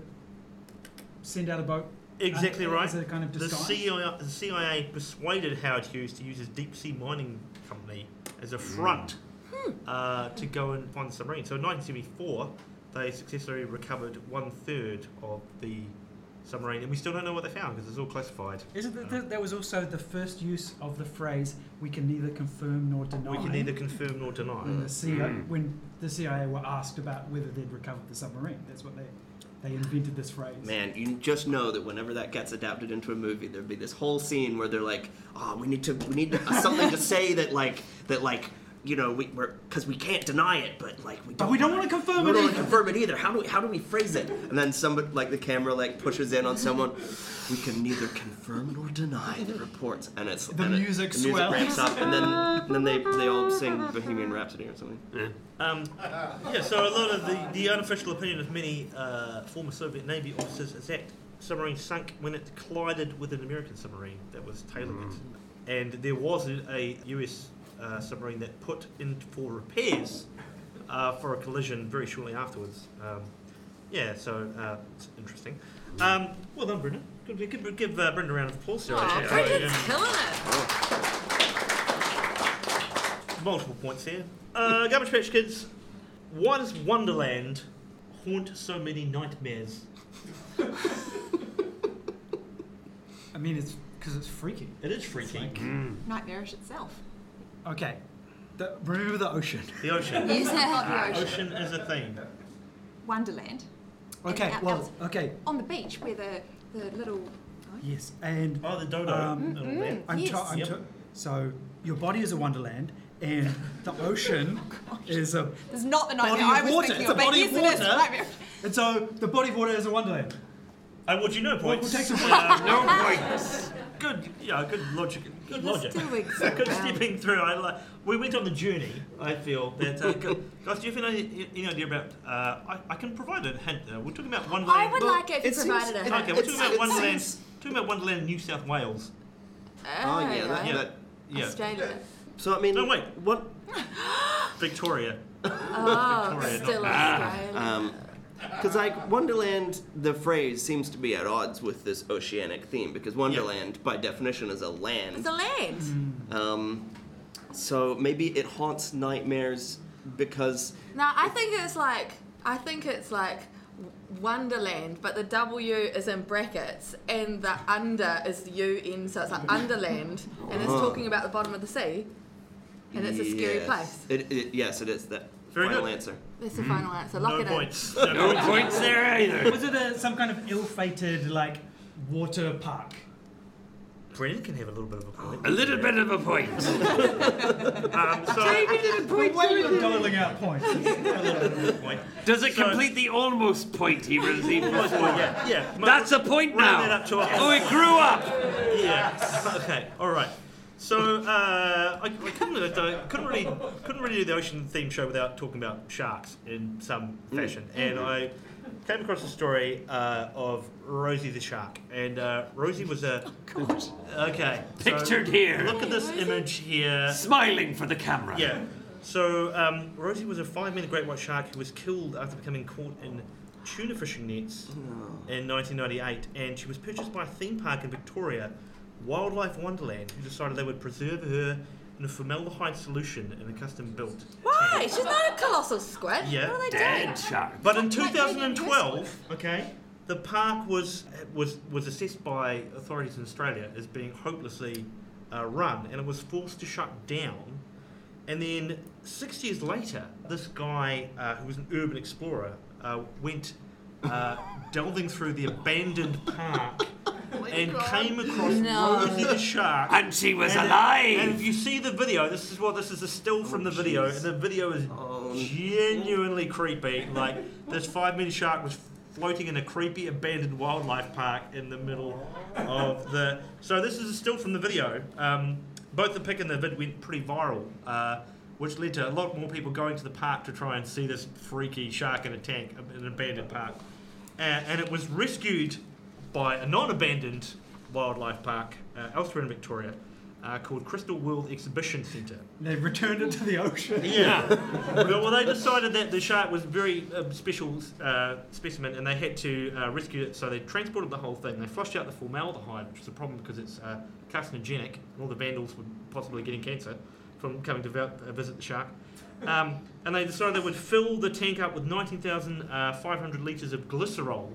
Speaker 3: send out a boat.
Speaker 1: Exactly
Speaker 3: uh,
Speaker 1: right.
Speaker 3: As a kind of
Speaker 1: The
Speaker 3: disguise.
Speaker 1: CIA, the CIA persuaded Howard Hughes to use his deep sea mining company as a front
Speaker 3: Hmm.
Speaker 1: uh, to go and find the submarine. So in 1974, they successfully recovered one third of the submarine, and we still don't know what they found because it's all classified.
Speaker 3: Is it that that- that was also the first use of the phrase "we can neither confirm nor deny"?
Speaker 1: We can neither confirm nor deny.
Speaker 3: when the CIA when the CIA were asked about whether they'd recovered the submarine. That's what they they invented this phrase.
Speaker 5: Man, you just know that whenever that gets adapted into a movie, there'd be this whole scene where they're like, "Oh, we need to,
Speaker 3: *laughs*
Speaker 5: we need something to say that, like, that, like, you know, we, we're because we can't deny it, but like, we don't,
Speaker 3: But we don't want to confirm
Speaker 5: we
Speaker 3: it.
Speaker 5: don't want
Speaker 3: either.
Speaker 5: to confirm it either. How do we, how do we phrase it? And then somebody, like, the camera, like, pushes in on someone. We can neither confirm nor deny the reports, and it's
Speaker 3: The
Speaker 5: and it-
Speaker 3: music
Speaker 5: the music
Speaker 3: swells.
Speaker 5: ramps up, and then and then they they all sing Bohemian Rhapsody or something.
Speaker 1: Um, yeah, so a lot of the, the unofficial opinion of many uh, former Soviet Navy officers is that submarine sunk when it collided with an American submarine that was tailing it. And there was a, a US uh, submarine that put in for repairs uh, for a collision very shortly afterwards. Um, yeah, so uh, it's interesting. Um, well done, Brenda. Good, we could give uh, Brenda a round of applause. Um, there,
Speaker 6: Aw,
Speaker 1: actually.
Speaker 6: Brendan's
Speaker 1: Yeah.
Speaker 6: killing it.
Speaker 1: Multiple points here. Uh, Garbage Patch Kids, why does Wonderland haunt so many nightmares?
Speaker 3: I mean, it's because it's freaky.
Speaker 1: It is freaky.
Speaker 4: Nightmarish itself.
Speaker 3: Okay, the, remember the ocean.
Speaker 1: the ocean.
Speaker 4: Yes, the ocean.
Speaker 1: Ocean is a thing.
Speaker 4: Wonderland. And
Speaker 3: Okay,
Speaker 4: out-
Speaker 3: well,
Speaker 4: out-
Speaker 3: okay,
Speaker 4: On the beach where the, the little.
Speaker 3: yes, and
Speaker 1: Oh, the dodo.
Speaker 3: Um,
Speaker 1: and all that.
Speaker 3: I'm,
Speaker 4: Yes.
Speaker 3: to- I'm
Speaker 1: Yep.
Speaker 3: to- so your body is a wonderland, and the ocean is a
Speaker 4: There's not the nightmare
Speaker 3: body
Speaker 4: I
Speaker 3: of
Speaker 4: was
Speaker 3: water.
Speaker 4: thinking
Speaker 3: It's a
Speaker 4: of, but
Speaker 3: body
Speaker 4: yes,
Speaker 3: of
Speaker 4: it is.
Speaker 3: water.
Speaker 4: Nightmare.
Speaker 3: And so the body of water is a wonderland.
Speaker 1: I would Uh, you know
Speaker 3: We'll,
Speaker 1: points.
Speaker 3: we'll take some
Speaker 1: Uh,
Speaker 2: No points.
Speaker 1: good, yeah, good logic. Good
Speaker 6: You're
Speaker 1: logic.
Speaker 6: still
Speaker 1: *laughs* Good
Speaker 6: exhausted.
Speaker 1: stepping through. I like. We went on the journey. I feel that. Uh, go- guys, do you have any, any idea about? Uh, I, I can provide a hint. There. We're talking about Wonderland.
Speaker 6: I would like it if
Speaker 5: it
Speaker 6: you
Speaker 5: seems-
Speaker 6: provided
Speaker 5: it-
Speaker 6: a
Speaker 1: Okay, we're talking about
Speaker 5: it
Speaker 1: Wonderland.
Speaker 5: seems-
Speaker 1: Talking about Wonderland, in New South Wales.
Speaker 5: Oh yeah, that,
Speaker 1: Yeah.
Speaker 5: that-
Speaker 1: Yeah.
Speaker 6: Australia.
Speaker 5: so I mean,
Speaker 1: No, wait.
Speaker 5: what?
Speaker 1: Victoria. Victoria, not-
Speaker 6: Still Australia.
Speaker 5: Because like Wonderland, the phrase seems to be at odds with this oceanic theme because Wonderland, by definition, is a land.
Speaker 6: it's a land.
Speaker 1: Mm.
Speaker 5: um, so maybe it haunts nightmares because
Speaker 6: No, I think it's like I think it's like Wonderland, but the W is in brackets and the under is the UN, so it's
Speaker 1: *laughs*
Speaker 6: like Underland, and it's talking about the bottom of the sea, and it's a scary
Speaker 5: yes.
Speaker 6: place.
Speaker 5: It, it, yes, it is that
Speaker 1: Very
Speaker 5: final
Speaker 1: good.
Speaker 5: answer.
Speaker 6: That's the final answer. Lock
Speaker 1: Mm. No
Speaker 6: it
Speaker 1: *laughs* points. No
Speaker 2: No
Speaker 1: points.
Speaker 2: points there either.
Speaker 3: Was it a, some kind of ill-fated like water park?
Speaker 1: Brennan can have a little bit of a point.
Speaker 2: A little bit of a point.
Speaker 1: Um, so,
Speaker 3: Wait, you're doling out points. *laughs*
Speaker 1: point.
Speaker 2: Does it
Speaker 1: So-
Speaker 2: complete the almost point he
Speaker 1: *laughs*
Speaker 2: received
Speaker 1: Almost
Speaker 2: before?
Speaker 1: point, Oh, yeah, yeah.
Speaker 2: That's a point
Speaker 1: Round
Speaker 2: now.
Speaker 1: it up to a
Speaker 2: oh, it grew up.
Speaker 1: Yeah. Okay. All right. So uh, I, I couldn't, really- I couldn't really couldn't really do the ocean theme show without talking about sharks in some fashion, and I came across a story uh, of Rosie the shark, and uh, Rosie was a okay so
Speaker 2: Pictured here.
Speaker 1: Look at this image here.
Speaker 2: Smiling for the camera.
Speaker 1: Yeah. So um, Rosie was a five-meter great white shark who was killed after becoming caught in tuna fishing nets in 1998, and she was purchased by a theme park in Victoria, Wildlife Wonderland, who decided they would preserve her in a formaldehyde solution in a custom-built.
Speaker 6: Why? She's not a colossal squid.
Speaker 1: Yeah.
Speaker 6: What are they doing?
Speaker 2: Dead shark.
Speaker 1: But in
Speaker 6: Like, maybe
Speaker 1: 2012, okay, the park was was was assessed by authorities in Australia as being hopelessly uh, run, and it was forced to shut down. And then six years later, this guy uh, who was an urban explorer uh, went
Speaker 2: *laughs*
Speaker 1: uh, delving through the abandoned park and came across
Speaker 6: No.
Speaker 1: Rosie the shark.
Speaker 2: Oh And she was
Speaker 1: And-
Speaker 2: alive.
Speaker 1: And if you see the video, this is what this is a still from the video, and the video is genuinely creepy. Like this five-minute shark was floating in a creepy abandoned wildlife park in the middle of the. So this is a still from the video. Um, both the pic and the vid went pretty viral, uh, which led to a lot more people going to the park to try and see this freaky shark in a tank in an abandoned park. Uh, and it was rescued by a non-abandoned wildlife park uh, elsewhere in Victoria uh, called Crystal World Exhibition Centre.
Speaker 3: They returned it to the ocean.
Speaker 1: *laughs* Yeah. well, well, they decided that the shark was a very um, special uh, specimen, and they had to uh, rescue it. So they transported the whole thing. They flushed out the formaldehyde, which is a problem because it's uh, carcinogenic. All the vandals were possibly getting cancer from coming to vi- uh, visit the shark. Um, and they decided they would fill the tank up with 19,500 litres of glycerol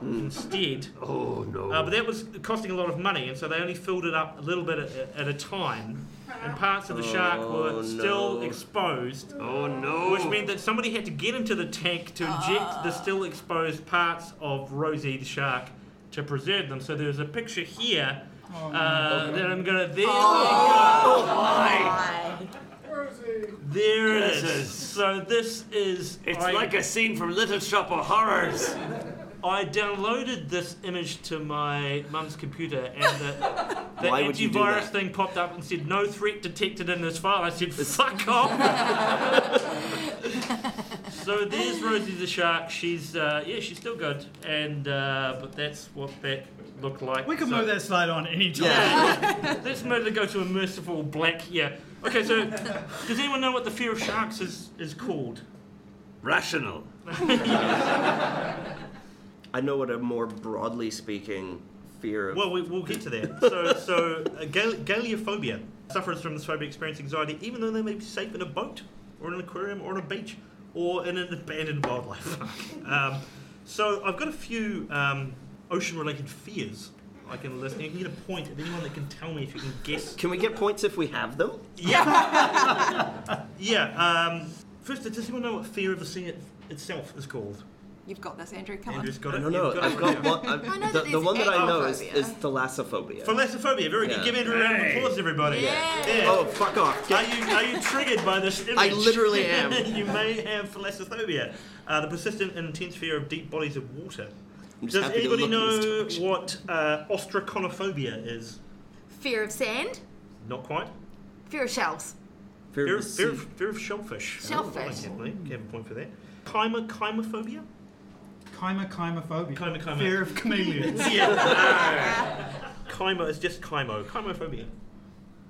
Speaker 1: instead.
Speaker 2: Hmm. Oh no.
Speaker 1: Uh, but that was costing a lot of money, and so they only filled it up a little bit at, at a time. And parts of the shark were
Speaker 5: Oh,
Speaker 1: still
Speaker 5: no.
Speaker 1: exposed,
Speaker 2: oh no.
Speaker 1: which meant that somebody had to get into the tank to inject the still exposed parts of Rosie the shark to preserve them. So there's a picture here uh, that I'm gonna. There
Speaker 5: Oh.
Speaker 1: we go. There it
Speaker 2: This
Speaker 1: is.
Speaker 2: is-
Speaker 1: So this is.
Speaker 2: It's
Speaker 1: I-
Speaker 2: like a scene from Little Shop of Horrors.
Speaker 1: I downloaded this image to my mum's computer, and the, the
Speaker 5: *laughs* Why would you do
Speaker 1: antivirus
Speaker 5: that?
Speaker 1: thing popped up and said no threat detected in this file. I said,
Speaker 5: *laughs*
Speaker 1: "Fuck off." so there's Rosie the shark. She's uh, yeah, she's still good, and uh, but that's what that looked like.
Speaker 3: We can
Speaker 1: So-
Speaker 3: move that slide on any time.
Speaker 1: Let's move to go to a merciful black. Yeah. Okay. So does anyone know what the fear of sharks is is called?
Speaker 2: Rational.
Speaker 5: *laughs* I know what a more broadly speaking fear of.
Speaker 1: Well, we, we'll get to that. So, so uh, gal- galeophobia. Sufferers from this phobia experience anxiety, even though they may be safe in a boat, or in an aquarium, or on a beach, or in an abandoned wildlife *laughs* park. Um, so, I've got a few um, ocean-related fears I can list. You can get a point at anyone that can tell me if you can guess.
Speaker 5: Can we get points if we have them?
Speaker 1: Yeah. *laughs* yeah. Um, first, does anyone know what fear of the sea it- itself is called?
Speaker 4: You've got this, Andrew. Come
Speaker 1: Andrew's got
Speaker 5: I
Speaker 1: it.
Speaker 5: don't know.
Speaker 1: You've
Speaker 5: I've
Speaker 1: it.
Speaker 5: got one. I've,
Speaker 6: I know
Speaker 5: the,
Speaker 6: that
Speaker 5: the
Speaker 6: there's
Speaker 5: one that I know is,
Speaker 6: aophobia.
Speaker 5: is
Speaker 1: *laughs*
Speaker 5: thalassophobia.
Speaker 1: Thalassophobia. Very good.
Speaker 5: Yeah.
Speaker 1: Give Andrew a round of
Speaker 2: Hey.
Speaker 1: applause, everybody.
Speaker 6: Yeah.
Speaker 1: Yeah.
Speaker 5: oh, fuck off.
Speaker 1: Are you are you triggered by this image?
Speaker 5: I literally
Speaker 1: *laughs*
Speaker 5: am.
Speaker 1: you may have thalassophobia, uh, the persistent and intense fear of deep bodies of water.
Speaker 5: I'm just
Speaker 1: Does
Speaker 5: happy to
Speaker 1: anybody
Speaker 5: look at this
Speaker 1: know
Speaker 5: direction.
Speaker 1: what uh, ostraconophobia is?
Speaker 6: Fear of sand.
Speaker 1: Not quite.
Speaker 6: Fear of shells.
Speaker 5: Fear
Speaker 1: Fear
Speaker 5: of
Speaker 1: of,
Speaker 5: the
Speaker 1: fear of,
Speaker 5: sea.
Speaker 1: fear of shellfish.
Speaker 6: Shellfish.
Speaker 1: Oh,
Speaker 5: Hmm.
Speaker 1: I have a point for that. Chyma,
Speaker 5: *laughs*
Speaker 1: chymophobia?
Speaker 3: Chyma, chymophobia.
Speaker 1: Chyma, chyma.
Speaker 3: Fear
Speaker 1: *laughs*
Speaker 3: of chameleons.
Speaker 1: Yeah. Chyma is just chymo. Chymophobia.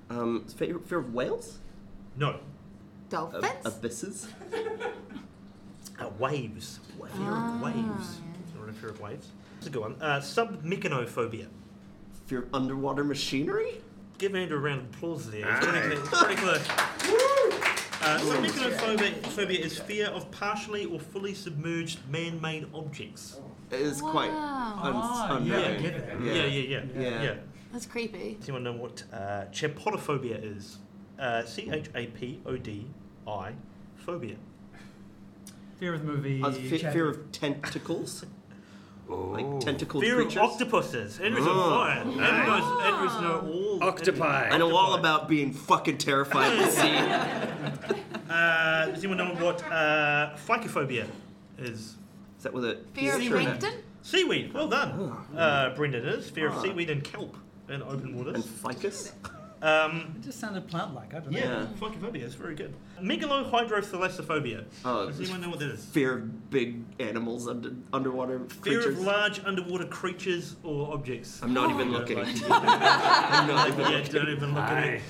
Speaker 5: Um, fear, fear of whales?
Speaker 1: No.
Speaker 5: Of,
Speaker 6: Dolphins.
Speaker 5: abysses?
Speaker 1: Uh, waves. Fear of waves. Or a fear of waves. That's a good one. Uh, submechanophobia.
Speaker 5: Fear of underwater machinery?
Speaker 1: Give Andrew a round of applause there. It's pretty close. It's pretty close. Uh, so megalophobia phobia is fear of partially or fully submerged man-made objects.
Speaker 5: It is quite
Speaker 6: Wow.
Speaker 5: un-
Speaker 3: Ah, yeah, I
Speaker 5: unnerving.
Speaker 3: get it.
Speaker 1: Yeah, yeah, yeah, yeah.
Speaker 5: Oh. Yeah.
Speaker 6: That's creepy.
Speaker 1: Does anyone know what uh, champodophobia is? Uh, C H A P O D I phobia.
Speaker 3: Fear of the movie.
Speaker 5: Uh, fe-
Speaker 3: Chappie.
Speaker 5: fear of tentacles? like tentacled
Speaker 1: Fear
Speaker 5: creatures. Oh. Ah.
Speaker 1: of octopuses. Henry's on fire. Henry's, Henry's know all.
Speaker 2: Octopi.
Speaker 5: I know all about being fucking terrified of the sea.
Speaker 1: Uh, does anyone know what uh, phycophobia is?
Speaker 5: Is that with a
Speaker 6: Fear of
Speaker 5: Sure.
Speaker 6: plankton?
Speaker 1: Seaweed. Well done, uh, Brendan. It is fear of seaweed and kelp in open
Speaker 5: Ah. and
Speaker 1: waters.
Speaker 5: ficus?
Speaker 1: Um,
Speaker 3: It just sounded plant-like. I don't know.
Speaker 1: yeah,
Speaker 5: Yeah.
Speaker 1: phycophobia is very good. Megalohydrothalassophiobia.
Speaker 5: Oh,
Speaker 1: Does anyone know what that is?
Speaker 5: Fear of big animals under underwater
Speaker 1: Fear of
Speaker 5: creatures.
Speaker 1: large underwater creatures or objects.
Speaker 5: I'm not even
Speaker 1: Yeah,
Speaker 5: looking.
Speaker 1: like-
Speaker 5: *laughs* I'm not even
Speaker 1: yeah,
Speaker 5: looking.
Speaker 1: don't even look at it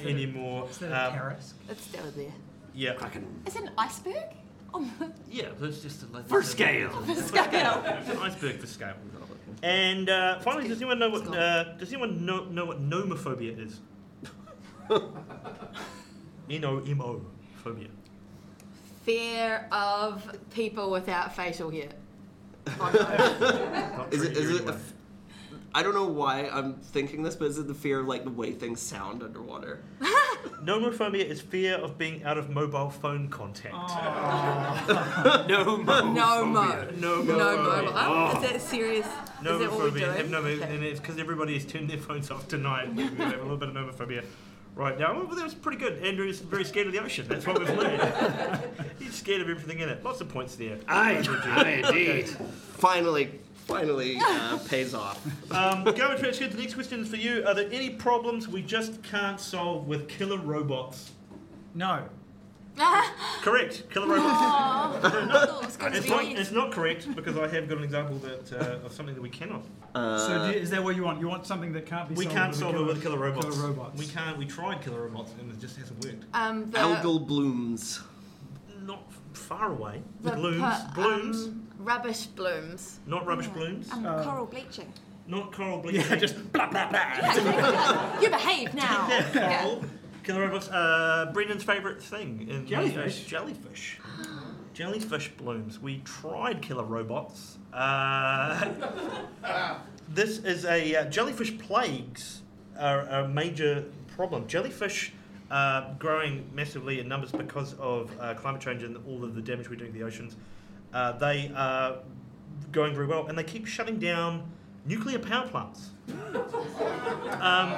Speaker 2: Aye.
Speaker 1: anymore.
Speaker 3: Is that a
Speaker 1: Um,
Speaker 3: carrot?
Speaker 6: It's still there.
Speaker 1: yeah,
Speaker 4: Is it an iceberg? Oh, *laughs* On the
Speaker 1: yeah. That's just a, like,
Speaker 2: For scale.
Speaker 4: scale.
Speaker 1: It's an iceberg for scale. And uh, finally, does anyone know what uh, does anyone know, know what nomophobia
Speaker 5: *laughs*
Speaker 1: is? N O M O phobia.
Speaker 6: Fear of people without facial hair. On oath.
Speaker 1: Not
Speaker 5: Is it?
Speaker 1: pretty
Speaker 5: Is it?
Speaker 1: anyway.
Speaker 5: A f- I don't know why I'm thinking this, but is it the fear of like the way things sound underwater?
Speaker 1: Nomophobia is fear of being out of mobile phone contact.
Speaker 6: Oh.
Speaker 1: *laughs*
Speaker 2: No mo.
Speaker 6: no mo.
Speaker 1: No mo.
Speaker 6: No mo. Oh, Is that serious? Is that what we're
Speaker 1: Nomophobia.
Speaker 6: doing?
Speaker 1: And, no,
Speaker 6: Okay. *laughs*
Speaker 1: and it's because everybody has turned their phones off tonight. We have a little bit of nomophobia right now. Well, that was pretty good. Andrew's very scared of the ocean. That's what we've learned.
Speaker 6: *laughs*
Speaker 1: He's scared of everything in it. Lots of points there.
Speaker 2: Aye, *laughs* aye, indeed.
Speaker 5: Finally, finally
Speaker 1: *laughs*
Speaker 5: uh, pays off.
Speaker 1: Um, Gavin Trenchcoat, the next question is for you. Are there any problems we just can't solve with killer robots?
Speaker 3: No.
Speaker 1: Correct, killer
Speaker 6: *laughs*
Speaker 1: robots.
Speaker 6: I thought it was going to
Speaker 1: It's
Speaker 6: be
Speaker 1: not, it's not correct because I have got an example that uh, of something that we cannot.
Speaker 3: so do you, is that what you want? You want something that can't be
Speaker 1: uh, We
Speaker 3: solved
Speaker 1: can't
Speaker 3: with a
Speaker 1: solve it
Speaker 3: killer-
Speaker 1: with killer robots.
Speaker 3: Killer robots.
Speaker 1: We can't. *laughs* We tried killer robots and it just hasn't worked.
Speaker 6: um,
Speaker 1: Uh,
Speaker 6: the,
Speaker 5: Algal blooms.
Speaker 1: Not f- far away.
Speaker 6: the
Speaker 1: blooms,
Speaker 6: pu-
Speaker 1: blooms,
Speaker 6: um, rubbish blooms.
Speaker 1: not rubbish blooms,
Speaker 4: Um, coral bleaching.
Speaker 1: not coral bleaching.
Speaker 3: *laughs* Yeah, just blah blah blah.
Speaker 4: You behave now.
Speaker 1: *laughs* Yeah,
Speaker 4: Yeah.
Speaker 1: coral. Killer robots. Uh, Brendan's favourite thing in
Speaker 3: Jellyfish.
Speaker 1: Uh, jellyfish. jellyfish blooms. We tried killer robots. Uh, *laughs* this is a uh, jellyfish plagues are a major problem. Jellyfish. Uh, growing massively in numbers because of uh, climate change and all of the damage we're doing to the oceans. Uh, they are going very well, and they keep shutting down nuclear power plants um,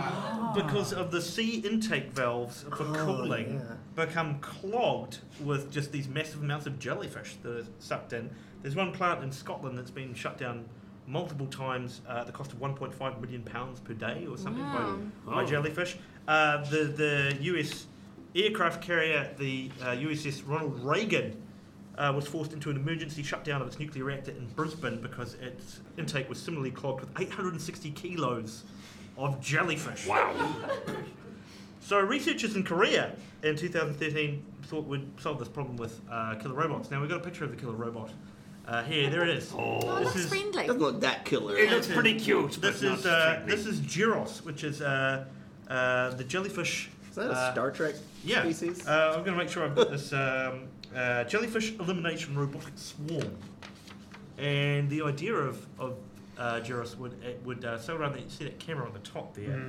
Speaker 1: because of the sea intake valves for cooling become clogged with just these massive amounts of jellyfish that are sucked in. There's one plant in Scotland that's been shut down multiple times uh, at the cost of 1.5 million pounds per day or something by, by jellyfish. Uh, the the US aircraft carrier, the uh, USS Ronald Reagan. Uh, was forced into an emergency shutdown of its nuclear reactor in Brisbane because its intake was similarly clogged with 860 kilos of jellyfish. So researchers in Korea in 2013 thought we'd solve this problem with uh, killer robots. Now we've got a picture of the killer robot uh, here. There it is.
Speaker 6: Oh,
Speaker 1: This
Speaker 6: that's
Speaker 1: is-
Speaker 6: friendly.
Speaker 5: Doesn't look that killer.
Speaker 2: It looks pretty cute, but
Speaker 1: This
Speaker 2: not
Speaker 1: is uh,
Speaker 2: threatening.
Speaker 1: this is Gyros, which is uh, uh, the jellyfish.
Speaker 5: Is that a
Speaker 1: uh,
Speaker 5: Star Trek
Speaker 1: yeah.
Speaker 5: species?
Speaker 1: Uh, I'm going to make sure I've got this um, uh, jellyfish elimination robotic swarm. And the idea of, of uh, Gyros would it would uh, sail around that see that camera on the top there,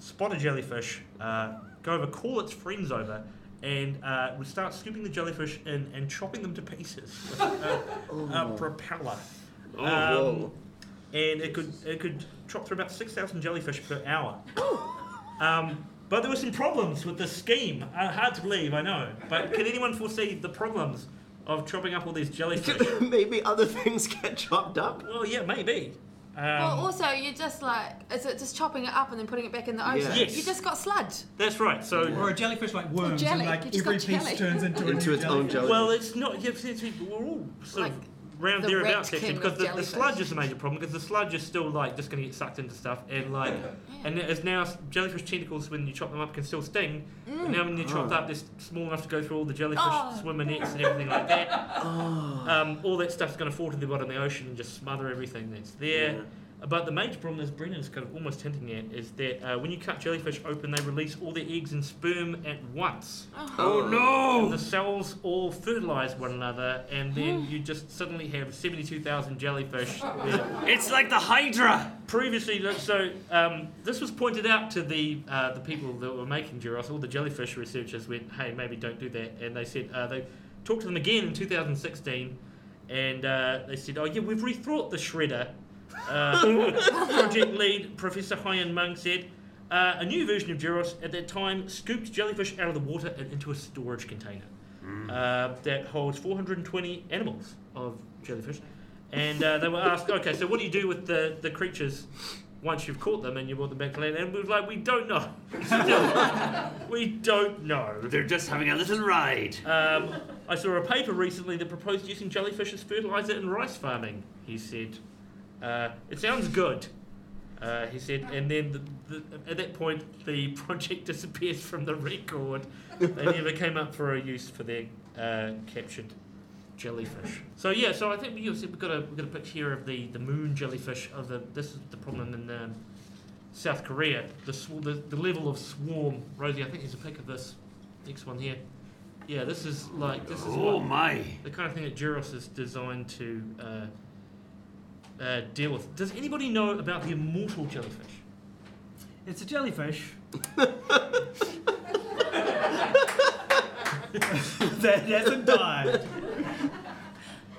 Speaker 1: spot a jellyfish, uh, go over, call its friends over, and uh, would start scooping the jellyfish in and chopping them to pieces with a, a propeller.
Speaker 5: oh,
Speaker 1: um,
Speaker 5: whoa.
Speaker 1: And it could it could chop through about six thousand jellyfish per hour. Um, but there were some problems with the scheme. Uh, hard to believe, I know. But can anyone foresee the problems of chopping up all these jellyfish?
Speaker 5: *laughs* Maybe other things get chopped up.
Speaker 1: well, yeah, maybe. Um,
Speaker 6: well, also, you're just like, is it just chopping it up and then putting it back in the ocean?
Speaker 1: Yes.
Speaker 6: You just got sludge.
Speaker 1: that's right. So,
Speaker 3: Or a jellyfish like worms,
Speaker 4: jelly.
Speaker 3: and
Speaker 4: You
Speaker 3: like
Speaker 4: just
Speaker 3: every
Speaker 4: got
Speaker 3: piece
Speaker 4: jelly.
Speaker 3: turns into, a
Speaker 5: Into
Speaker 3: new
Speaker 5: its own
Speaker 3: jellyfish.
Speaker 5: jelly.
Speaker 1: well, it's not. Yeah, it's, it's, we're all sort of
Speaker 6: Like
Speaker 1: round
Speaker 6: the
Speaker 1: thereabouts actually
Speaker 6: rat king
Speaker 1: because
Speaker 6: of
Speaker 1: the, the
Speaker 6: jellyfish.
Speaker 1: sludge is a major problem because the sludge is still like just going to get sucked into stuff and like and as now s- jellyfish tentacles when you chop them up can still sting but now when they're chopped up they're s- small enough to go through all the jellyfish
Speaker 6: Oh.
Speaker 1: swimmer nets and everything like that um, all that stuff's going to fall to the bottom of the ocean and just smother everything that's there But the major problem is Brennan's kind of almost hinting at is that uh, when you cut jellyfish open, they release all their eggs and sperm at once.
Speaker 5: Oh,
Speaker 1: And the cells all fertilize one another, and then you just suddenly have 72,000 jellyfish. there.
Speaker 2: It's like the Hydra.
Speaker 1: Previously, look, so um, this was pointed out to the uh, the people that were making Gyros. All the jellyfish researchers went, "Hey, maybe don't do that," and they said uh, they talked to them again in 2016, and uh, they said, "Oh yeah, we've rethought the shredder." Uh, project lead Professor Hyan Mung said, uh, "A new version of Juros at that time scooped jellyfish out of the water and into a storage container uh, that holds 420 animals of jellyfish." And uh, they were asked, "Okay, so what do you do with the, the creatures?" Once you've caught them and you brought them back to land, and we were like, we don't know. *laughs* we don't know.
Speaker 2: They're just having a little ride.
Speaker 1: Um, I saw a paper recently that proposed using jellyfish as fertilizer in rice farming. He said, uh, "It sounds good." Uh, he said, and then the, the, at that point, the *laughs* project disappears from the record. They never came up for a use for their uh, captured jellyfish. So yeah, so I think we, we've got a we've got a picture here of the, the moon jellyfish. Of the this is the problem in um, South Korea. The, sw- the the level of swarm. Rosie, I think there's a pic of this next one here. Yeah, this is like this is
Speaker 2: Oh
Speaker 1: what-
Speaker 2: my.
Speaker 1: the kind of thing that Juros is designed to uh, uh, deal with. Does anybody know about the immortal jellyfish?
Speaker 3: It's a jellyfish. *laughs* that hasn't died.
Speaker 1: *laughs*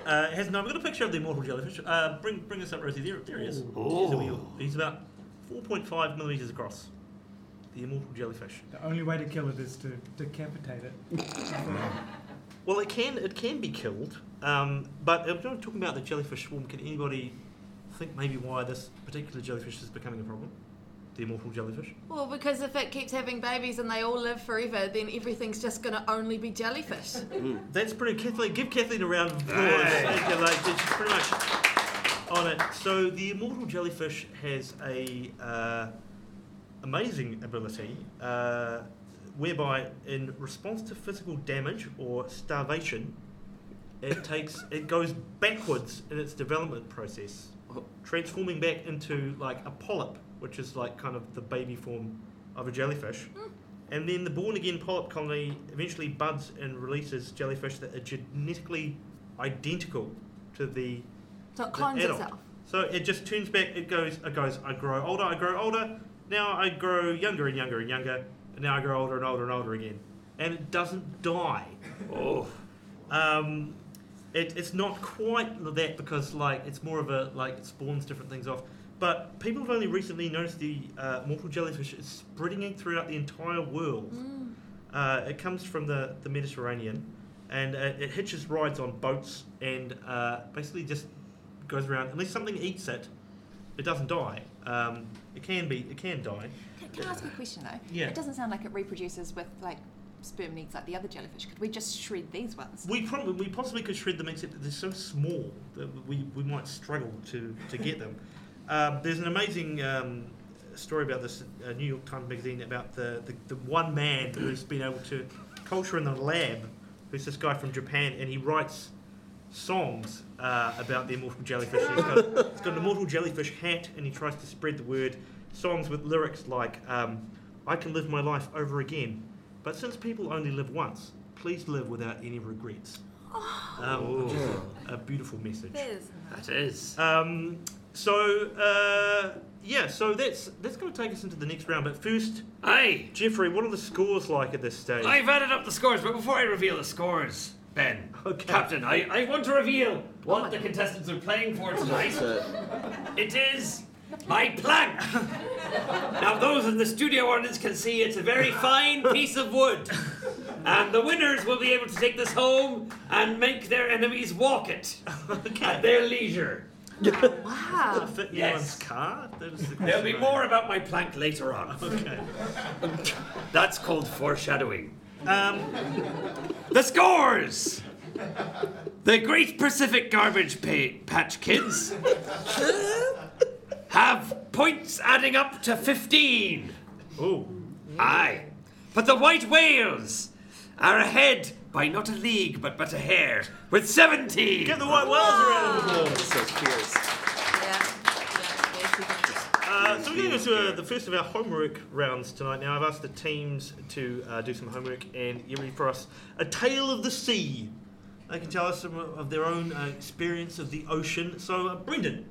Speaker 1: Uh, it has no. I've got a picture of the immortal jellyfish. Uh, bring bring this up, Rosie. There, there he is. He's, a wheel. He's about 4.5 millimeters across. The immortal jellyfish.
Speaker 3: The only way to kill it is to decapitate it.
Speaker 1: Well, it can it can be killed, um, but I'm not talking about the jellyfish swarm. Can anybody think maybe why this particular jellyfish is becoming a problem? The immortal jellyfish.
Speaker 6: Well, because if it keeps having babies and they all live forever, then everything's just going to only be jellyfish.
Speaker 1: That's pretty. Kathleen, give Kathleen a round of applause. Thank you, like, she's pretty much on it. So the immortal jellyfish has a uh, amazing ability, uh, whereby in response to physical damage or starvation, it takes it goes backwards in its development process, transforming back into like a polyp, which is like kind of the baby form of a jellyfish. And then the born again polyp colony eventually buds and releases jellyfish that are genetically identical to the
Speaker 6: So it
Speaker 1: the
Speaker 6: clones
Speaker 1: adult.
Speaker 6: itself.
Speaker 1: So it just turns back. It goes. It goes. I grow older. I grow older. Now I grow younger and younger and younger. And now I grow older and older and older again. And it doesn't die. Oh. Um, it, it's not quite that because like it's more of a like it spawns different things off. But people have only recently noticed the uh, mortal jellyfish is spreading throughout the entire world. Uh, it comes from the, the Mediterranean, and uh, it hitches rides on boats and uh, basically just goes around. Unless something eats it, it doesn't die. Um, it can be, it can die.
Speaker 4: Can, can I ask a question though?
Speaker 1: Yeah.
Speaker 4: It doesn't sound like it reproduces with like sperm needs like the other jellyfish. Could we just shred these
Speaker 1: *laughs*
Speaker 4: ones?
Speaker 1: We probably, we possibly could shred them, except that they're so small that we, we might struggle to, to get them. Um, there's an amazing um, story about this uh, New York Times magazine about the, the, the one man who's been able to culture in the lab, who's this guy from Japan, and he writes songs uh, about the immortal jellyfish. He's got, he's got an immortal jellyfish hat, and he tries to spread the word. Songs with lyrics like, um, "I can live my life over again, but since people only live once, please live without any regrets." Um, which is
Speaker 5: Hmm.
Speaker 1: a, a beautiful message.
Speaker 6: That is
Speaker 2: That is.
Speaker 1: Um, so uh, yeah, so that's that's going to take us into the next round. But first,
Speaker 2: Aye.
Speaker 1: Jeffrey, what are the scores like at this stage?
Speaker 2: I've added up the scores, but before I reveal the scores, Ben,
Speaker 1: Okay.
Speaker 2: Captain, I, I want to reveal what the contestants are playing for tonight. it is my plank. now, those in the studio audience can see it's a very fine piece of wood, and the winners will be able to take this home and make their enemies walk it at their leisure.
Speaker 6: Wow.
Speaker 1: Fit in
Speaker 2: Yes.
Speaker 1: one's car. That was the
Speaker 2: There'll
Speaker 1: question,
Speaker 2: be
Speaker 1: right?
Speaker 2: more about my plank later on. *laughs*
Speaker 1: Okay.
Speaker 2: That's called foreshadowing.
Speaker 1: Um,
Speaker 2: The scores! The Great Pacific Garbage pa- Patch Kids have points adding up to 15.
Speaker 1: oh,
Speaker 2: Aye. But the White Whales are ahead by not a league, but but a hair, with 17.
Speaker 1: get the white whales around. the
Speaker 5: So cheers.
Speaker 6: Yeah. Yeah.
Speaker 1: Uh, so we're going to go to uh, the first of our homework rounds tonight. Now I've asked the teams to uh, do some homework, and you read for us a tale of the sea. They can tell us some of their own uh, experience of the ocean. So uh, Brendan,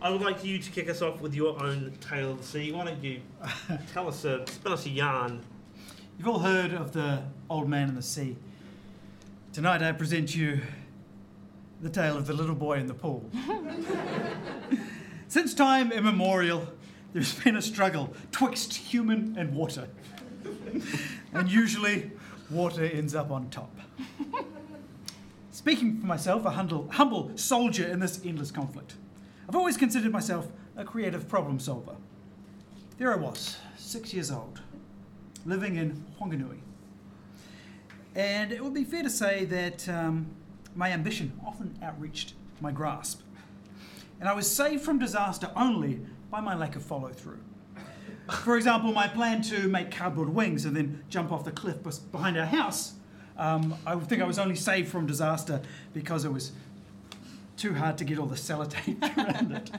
Speaker 1: I would like you to kick us off with your own tale of the sea. Why don't you tell us a spin us a yarn?
Speaker 3: You've all heard of the old man and the sea. Tonight I present you the tale of the little boy in the pool. Since time immemorial, there's been a struggle twixt human and water. and usually, water ends up on top. Speaking for myself, a humble, humble soldier in this endless conflict, I've always considered myself a creative problem solver. There I was, six years old, living in Whanganui. And it would be fair to say that um, my ambition often outreached my grasp. And I was saved from disaster only by my lack of follow through. For example, my plan to make cardboard wings and then jump off the cliff bes- behind our house, um, I would think I was only saved from disaster because it was too hard to get all the sellotape *laughs* around it.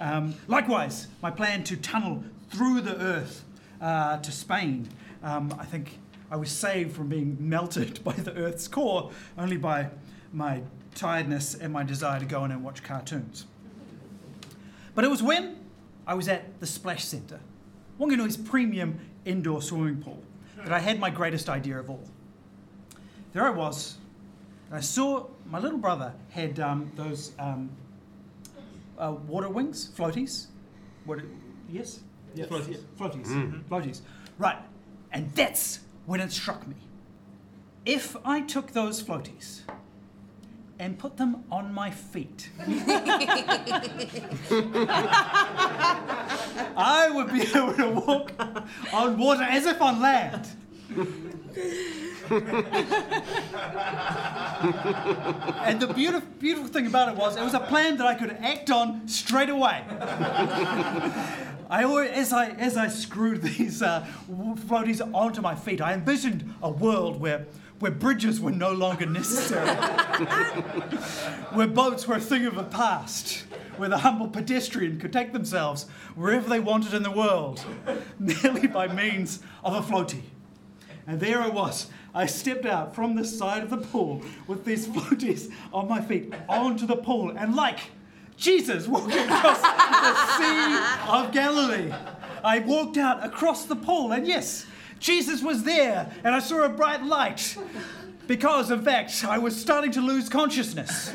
Speaker 3: Um, likewise, my plan to tunnel through the earth uh, to Spain, um, I think I was saved from being *laughs* melted by the earth's core only by my tiredness and my desire to go in and watch cartoons. But it was when I was at the Splash Centre, Wanganui's premium indoor swimming pool, that I had my greatest idea of all. There I was, and I saw my little brother had um, those um, uh, water wings, floaties. What? Yes. Yes. Floaties. Floaties. Floaties. Right, and that's when it struck me. If I took those floaties and put them on my feet,
Speaker 4: *laughs*
Speaker 3: I would be able to walk on water as if on land. and the beautiful, beautiful thing about it was, it was a plan that I could act on straight away. I always, as I as I screwed these uh, w- floaties onto my feet, I envisioned a world where where bridges were no longer necessary, where boats were a thing of the past, where the humble pedestrian could take themselves wherever they wanted in the world, *laughs* merely by means of a floatie. And there I was. I stepped out from the side of the pool with these *laughs* floaties on my feet onto the pool and like Jesus walking across the Sea of Galilee. I walked out across the pool and yes, Jesus was there and I saw a bright light. Because, in fact, I was starting to lose consciousness.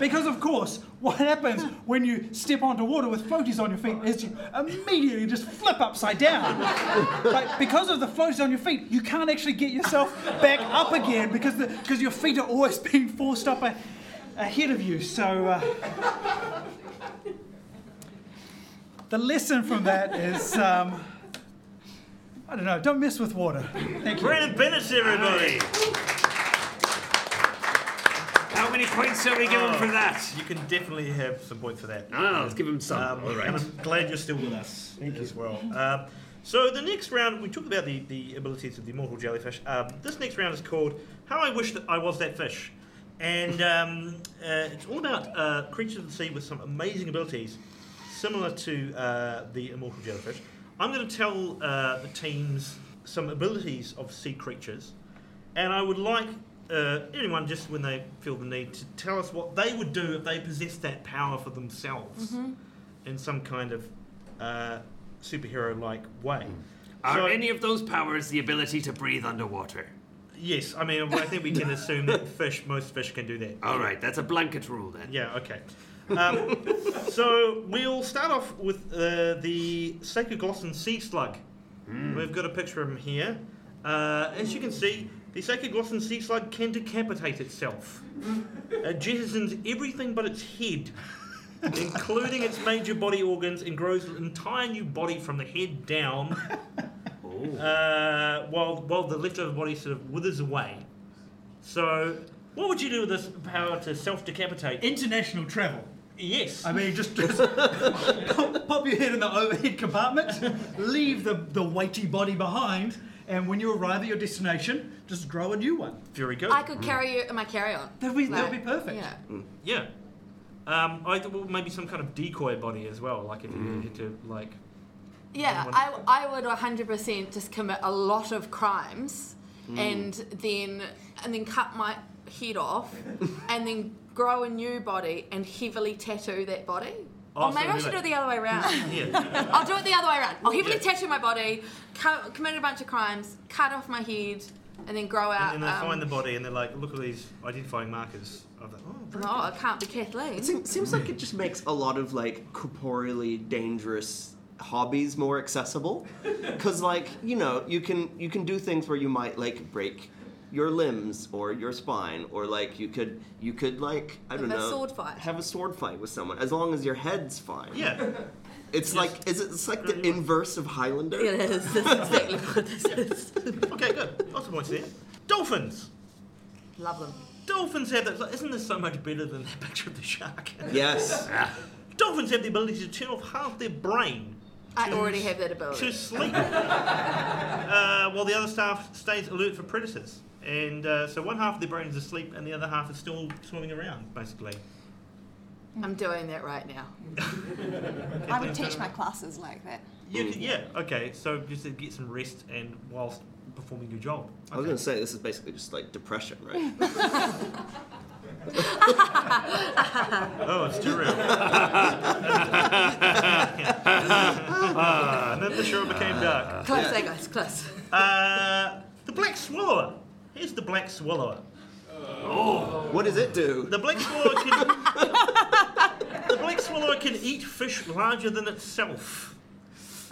Speaker 3: Because, of course, what happens when you step onto water with floaties on your feet is you immediately just flip upside down. But because of the floaties on your feet, you can't actually get yourself back up again because the, cause your feet are always being forced up a, ahead of you. So uh, the lesson from that is um, I don't know, don't mess with water. Thank you.
Speaker 1: Brandon Bennett's everybody.
Speaker 2: How many points shall we give him for that?
Speaker 1: You can definitely have some points for that.
Speaker 2: Ah, let's give him some.
Speaker 1: Um,
Speaker 2: All right.
Speaker 1: And I'm glad you're still with us as well. Uh, so the next round, we talked about the, the abilities of the immortal jellyfish. Um, this next round is called "How I Wish That I Was That Fish,"
Speaker 2: *laughs*
Speaker 1: and um, uh, it's all about uh, creatures of the sea with some amazing abilities, similar to uh, the immortal jellyfish. I'm going to tell uh, the teams some abilities of sea creatures, and I would like uh, anyone just when they feel the need to tell us what they would do if they possessed that power for themselves in some kind of uh, superhero like way.
Speaker 2: Mm. Are
Speaker 1: So-
Speaker 2: any of those powers the ability to breathe underwater?
Speaker 1: Yes, I mean, I think we can assume that fish, most fish can do that.
Speaker 2: All right, that's a blanket rule then.
Speaker 1: Yeah, okay. Um, so we'll start off with uh, the Sacoglossan sea slug. We've got a picture of him here. Uh, as you can see, the Sacoglossan sea slug can decapitate itself. It jettisons everything but its head, including its major body organs, and grows an entire new body from the head down, uh, while, while the leftover body sort of withers away. So, what would you do with this power to self decapitate?
Speaker 3: International travel.
Speaker 1: Yes.
Speaker 3: I mean, just, just pop, pop your head in the overhead compartment, leave the, the weighty body behind, and when you arrive at your destination, just grow a new one.
Speaker 1: Very good.
Speaker 6: I could carry you in my carry-on.
Speaker 3: That'd be, that'd
Speaker 6: Like,
Speaker 3: be perfect.
Speaker 6: Yeah.
Speaker 1: yeah. Um, I well, maybe some kind of decoy body as well. Like if you needed to, like.
Speaker 6: Yeah, I, I would 100% just commit a lot of crimes
Speaker 1: Hmm.
Speaker 6: and then and then cut my
Speaker 1: *laughs*
Speaker 6: head off and then grow a new body and heavily tattoo that body.
Speaker 1: Oh,
Speaker 6: or maybe
Speaker 1: so
Speaker 6: I
Speaker 1: do
Speaker 6: should do
Speaker 1: that.
Speaker 6: it the other way around.
Speaker 1: *laughs* Yeah.
Speaker 6: *laughs* I'll do it the other way around. I'll heavily
Speaker 1: Yeah.
Speaker 6: tattoo my body, co- commit a bunch of crimes, cut off my head, and then grow out.
Speaker 1: And then they
Speaker 6: um,
Speaker 1: find the body and they're like, look at these identifying markers. Of that. Oh, pretty
Speaker 6: Oh, it can't be Kathleen.
Speaker 5: It seems, seems like it just makes a lot of like corporeally dangerous hobbies
Speaker 1: *laughs*
Speaker 5: more accessible because like you know you can you can do things where you might like break your limbs or your spine or like you could you could like i
Speaker 6: Have
Speaker 5: don't
Speaker 6: a
Speaker 5: know
Speaker 6: sword fight.
Speaker 5: have a sword fight with someone as long as your head's fine
Speaker 1: Yeah.
Speaker 5: it's like is it, it's like the inverse of highlander
Speaker 6: *laughs* It is. That's exactly *laughs* what this is.
Speaker 1: *laughs* Okay, good. Lots of points there. Dolphins.
Speaker 6: Love them.
Speaker 1: Dolphins have that. Isn't this so much better than that picture of the shark?
Speaker 5: yes
Speaker 1: Dolphins have the ability to turn off half their brain
Speaker 6: I already have that
Speaker 1: to
Speaker 6: ability.
Speaker 1: sleep, *laughs* uh, while the other staff stays alert for predators. And uh, so one half of their brain is asleep, and the other half is still swimming around, basically.
Speaker 6: I'm doing that right now.
Speaker 4: I would teach my classes like that.
Speaker 1: You can- yeah. Okay. So just to get some rest and whilst performing your job.
Speaker 5: i was gonna say this is basically just like depression right
Speaker 1: Oh, it's too real. and then the Ah, show became dark.
Speaker 6: Close there, guys. Close.
Speaker 1: Uh, the black swallower. Here's the black swallower.
Speaker 5: what does it do
Speaker 1: The black swallower can. the black swallower can eat fish larger than itself.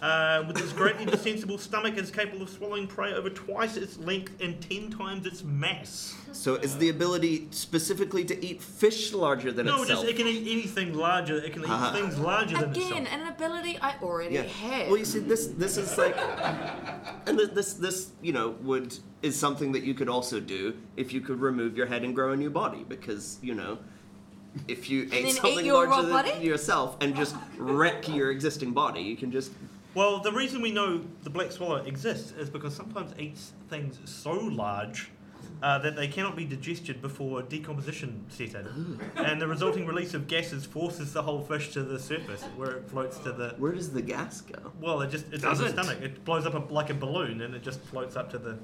Speaker 1: Uh, with its greatly defensible stomach, it is capable of swallowing prey over twice its length and ten times its mass.
Speaker 5: so is the ability specifically to eat fish larger than
Speaker 1: No,
Speaker 5: itself
Speaker 1: just it can eat anything larger. It can eat
Speaker 5: Uh-huh.
Speaker 1: things larger than
Speaker 6: Again,
Speaker 1: itself.
Speaker 6: an ability I already have.
Speaker 5: Well, you see, this this is like, and thi- this this you know would is something that you could also do if you could remove your head and grow a new body because you know. If you ate
Speaker 6: then eat
Speaker 5: something
Speaker 6: your raw
Speaker 5: larger than
Speaker 6: body?
Speaker 5: yourself and just wreck your existing body, you can just
Speaker 1: Well, the reason we know the black swallow exists is because sometimes it eats things so large uh, that they cannot be digested before decomposition set in, and the resulting release of gases forces the whole fish to the surface, where it floats to the.
Speaker 5: where does the gas go?
Speaker 1: Well, it just it's in the
Speaker 2: Doesn't.
Speaker 1: stomach. It blows up a, like a balloon, and it just floats up to the.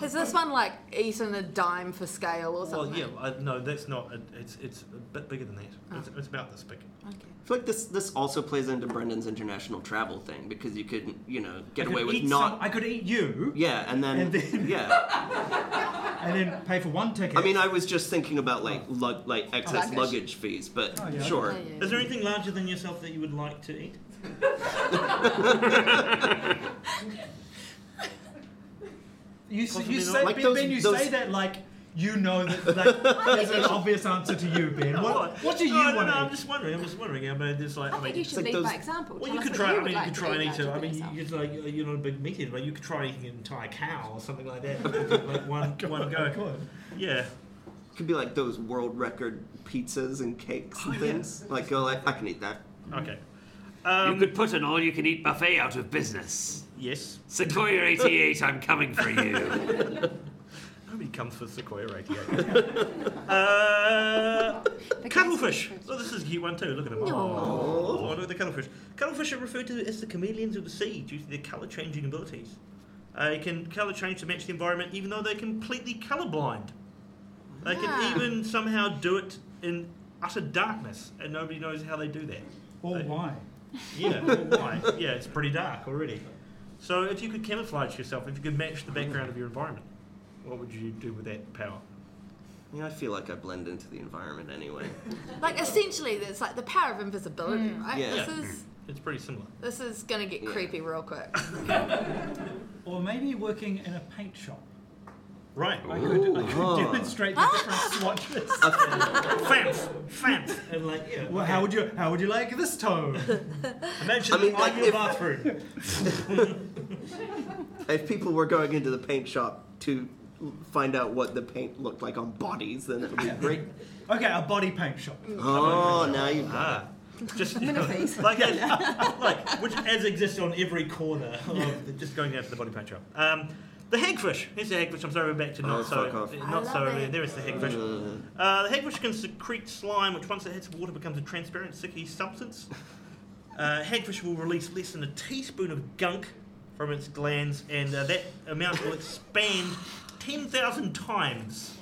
Speaker 6: Has this one like eaten a dime for scale or
Speaker 1: Well,
Speaker 6: something?
Speaker 1: yeah, I, no, that's not. It, it's it's a bit bigger than that. It's, it's about this big.
Speaker 5: I feel like this this also plays into Brendan's international travel thing because you could you know
Speaker 3: I
Speaker 5: get
Speaker 3: could
Speaker 5: away with
Speaker 3: eat some-
Speaker 5: not
Speaker 3: I could eat you
Speaker 5: yeah and then,
Speaker 3: And then-
Speaker 5: yeah
Speaker 3: and then pay for one ticket.
Speaker 5: I mean I was just thinking about like lug, like excess
Speaker 4: Luggage.
Speaker 5: luggage fees but
Speaker 3: Oh, yeah.
Speaker 5: sure
Speaker 6: Okay. Yeah,
Speaker 1: Is
Speaker 6: yeah.
Speaker 1: there anything larger than yourself that you would like to eat?
Speaker 3: you, s-
Speaker 1: Possibly
Speaker 3: you
Speaker 1: not.
Speaker 3: say
Speaker 5: Like
Speaker 3: Ben,
Speaker 5: those-
Speaker 3: Ben, you
Speaker 5: those-
Speaker 3: say that like you know that like, there's an obvious answer to you, Ben. What, what do you
Speaker 1: no, no,
Speaker 3: want
Speaker 1: No,
Speaker 3: to
Speaker 1: I'm just wondering. I'm just wondering. I mean, just like
Speaker 4: I
Speaker 1: I
Speaker 4: think
Speaker 1: mean,
Speaker 4: you should
Speaker 5: like
Speaker 4: lead
Speaker 5: those-
Speaker 4: by example.
Speaker 1: Well,
Speaker 4: Tell
Speaker 1: you
Speaker 4: us
Speaker 1: could
Speaker 4: what
Speaker 1: try. I
Speaker 4: would
Speaker 1: mean, you
Speaker 4: like
Speaker 1: could
Speaker 4: to
Speaker 1: try and
Speaker 4: eat
Speaker 1: eat it.
Speaker 4: larger
Speaker 1: I
Speaker 4: than
Speaker 1: mean, you
Speaker 4: yourself.
Speaker 1: could like uh, you know, a big meat eater, but you could try eating an entire cow or something like that. like one, one
Speaker 3: do?
Speaker 1: go. Yeah.
Speaker 5: Could be like those world record pizzas and cakes and things. Like go like I can eat that.
Speaker 1: Okay.
Speaker 2: you
Speaker 1: Um,
Speaker 2: could put an all-you-can-eat buffet out of business.
Speaker 1: yes. *laughs*
Speaker 2: Sequoia 88, I'm coming for you.
Speaker 1: Nobody comes for Sequoia Radio. *laughs* uh,
Speaker 4: The
Speaker 1: cuttlefish.
Speaker 4: cuttlefish.
Speaker 1: Oh, this is a cute one too. Look at him. Oh, look at the cuttlefish. Cuttlefish are referred to as the chameleons of the sea due to their colour changing abilities. Uh, they can colour change to match the environment, even though they're completely colour blind. They
Speaker 6: Ah.
Speaker 1: can even somehow do it in utter darkness, and nobody knows how they do that.
Speaker 3: Or
Speaker 1: They-
Speaker 3: why?
Speaker 1: yeah, well, why? Yeah, it's pretty dark already. So if you could camouflage yourself, if you could match the background of your environment, what would you do with that power?
Speaker 5: Yeah, I feel like I blend into the environment anyway.
Speaker 6: Like essentially, it's like the power of invisibility, right?
Speaker 5: Yeah.
Speaker 6: This
Speaker 1: Yeah.
Speaker 6: is
Speaker 1: It's pretty similar.
Speaker 6: this is gonna get
Speaker 5: Yeah.
Speaker 6: creepy
Speaker 5: *laughs*
Speaker 6: real quick.
Speaker 3: Or maybe working in a paint *laughs* shop.
Speaker 1: Right.
Speaker 3: I could, I could
Speaker 5: Ooh, huh.
Speaker 3: demonstrate the different swatches.
Speaker 1: Famf! Famf! And like, yeah.
Speaker 3: Well, how would you how would you like this tone?
Speaker 1: Imagine
Speaker 5: I mean,
Speaker 1: like
Speaker 5: like,
Speaker 1: your
Speaker 5: if-
Speaker 1: bathroom.
Speaker 5: if people were going into the paint shop to find out what the paint looked like on bodies, then it would be great.
Speaker 3: Okay, a body paint shop.
Speaker 5: Oh, now you
Speaker 1: *laughs*
Speaker 5: got
Speaker 1: Ah. Just
Speaker 4: Minifees.
Speaker 1: like, as, *laughs* like which as exists on every corner of the, just going out to the body paint shop. Um, the hagfish. Here's the hagfish. I'm sorry, we're back to not
Speaker 5: Oh, fuck
Speaker 1: so
Speaker 5: off.
Speaker 6: I
Speaker 1: not
Speaker 6: love
Speaker 1: so.
Speaker 6: it.
Speaker 1: There is the hagfish.
Speaker 5: it.
Speaker 1: Uh, the hagfish can secrete slime, which once it hits water becomes a transparent, sticky substance.
Speaker 5: *laughs*
Speaker 1: Uh, hagfish will release less than a teaspoon of gunk from its glands, and uh, that amount will expand 10,000 times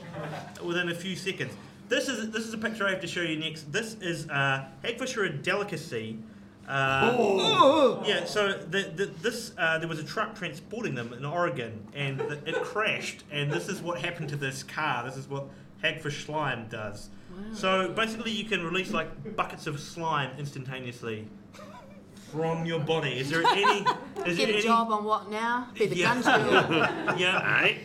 Speaker 1: within a few seconds. This is this is a picture I have to show you next. This is uh, hagfish are a delicacy. Uh,
Speaker 3: Oh.
Speaker 1: Yeah, so the, the, this uh, there was a truck transporting them in Oregon, and the, it *laughs* crashed. And this is what happened to this car. This is what Hagfish slime does. So basically, you can release like buckets of slime instantaneously from your body. Is there
Speaker 6: *laughs*
Speaker 1: any? Is
Speaker 6: Get
Speaker 1: there
Speaker 6: a
Speaker 1: any,
Speaker 6: job on what now? Be the
Speaker 1: Yeah.
Speaker 6: gun
Speaker 5: *laughs*
Speaker 6: girl.
Speaker 1: Yeah. Right.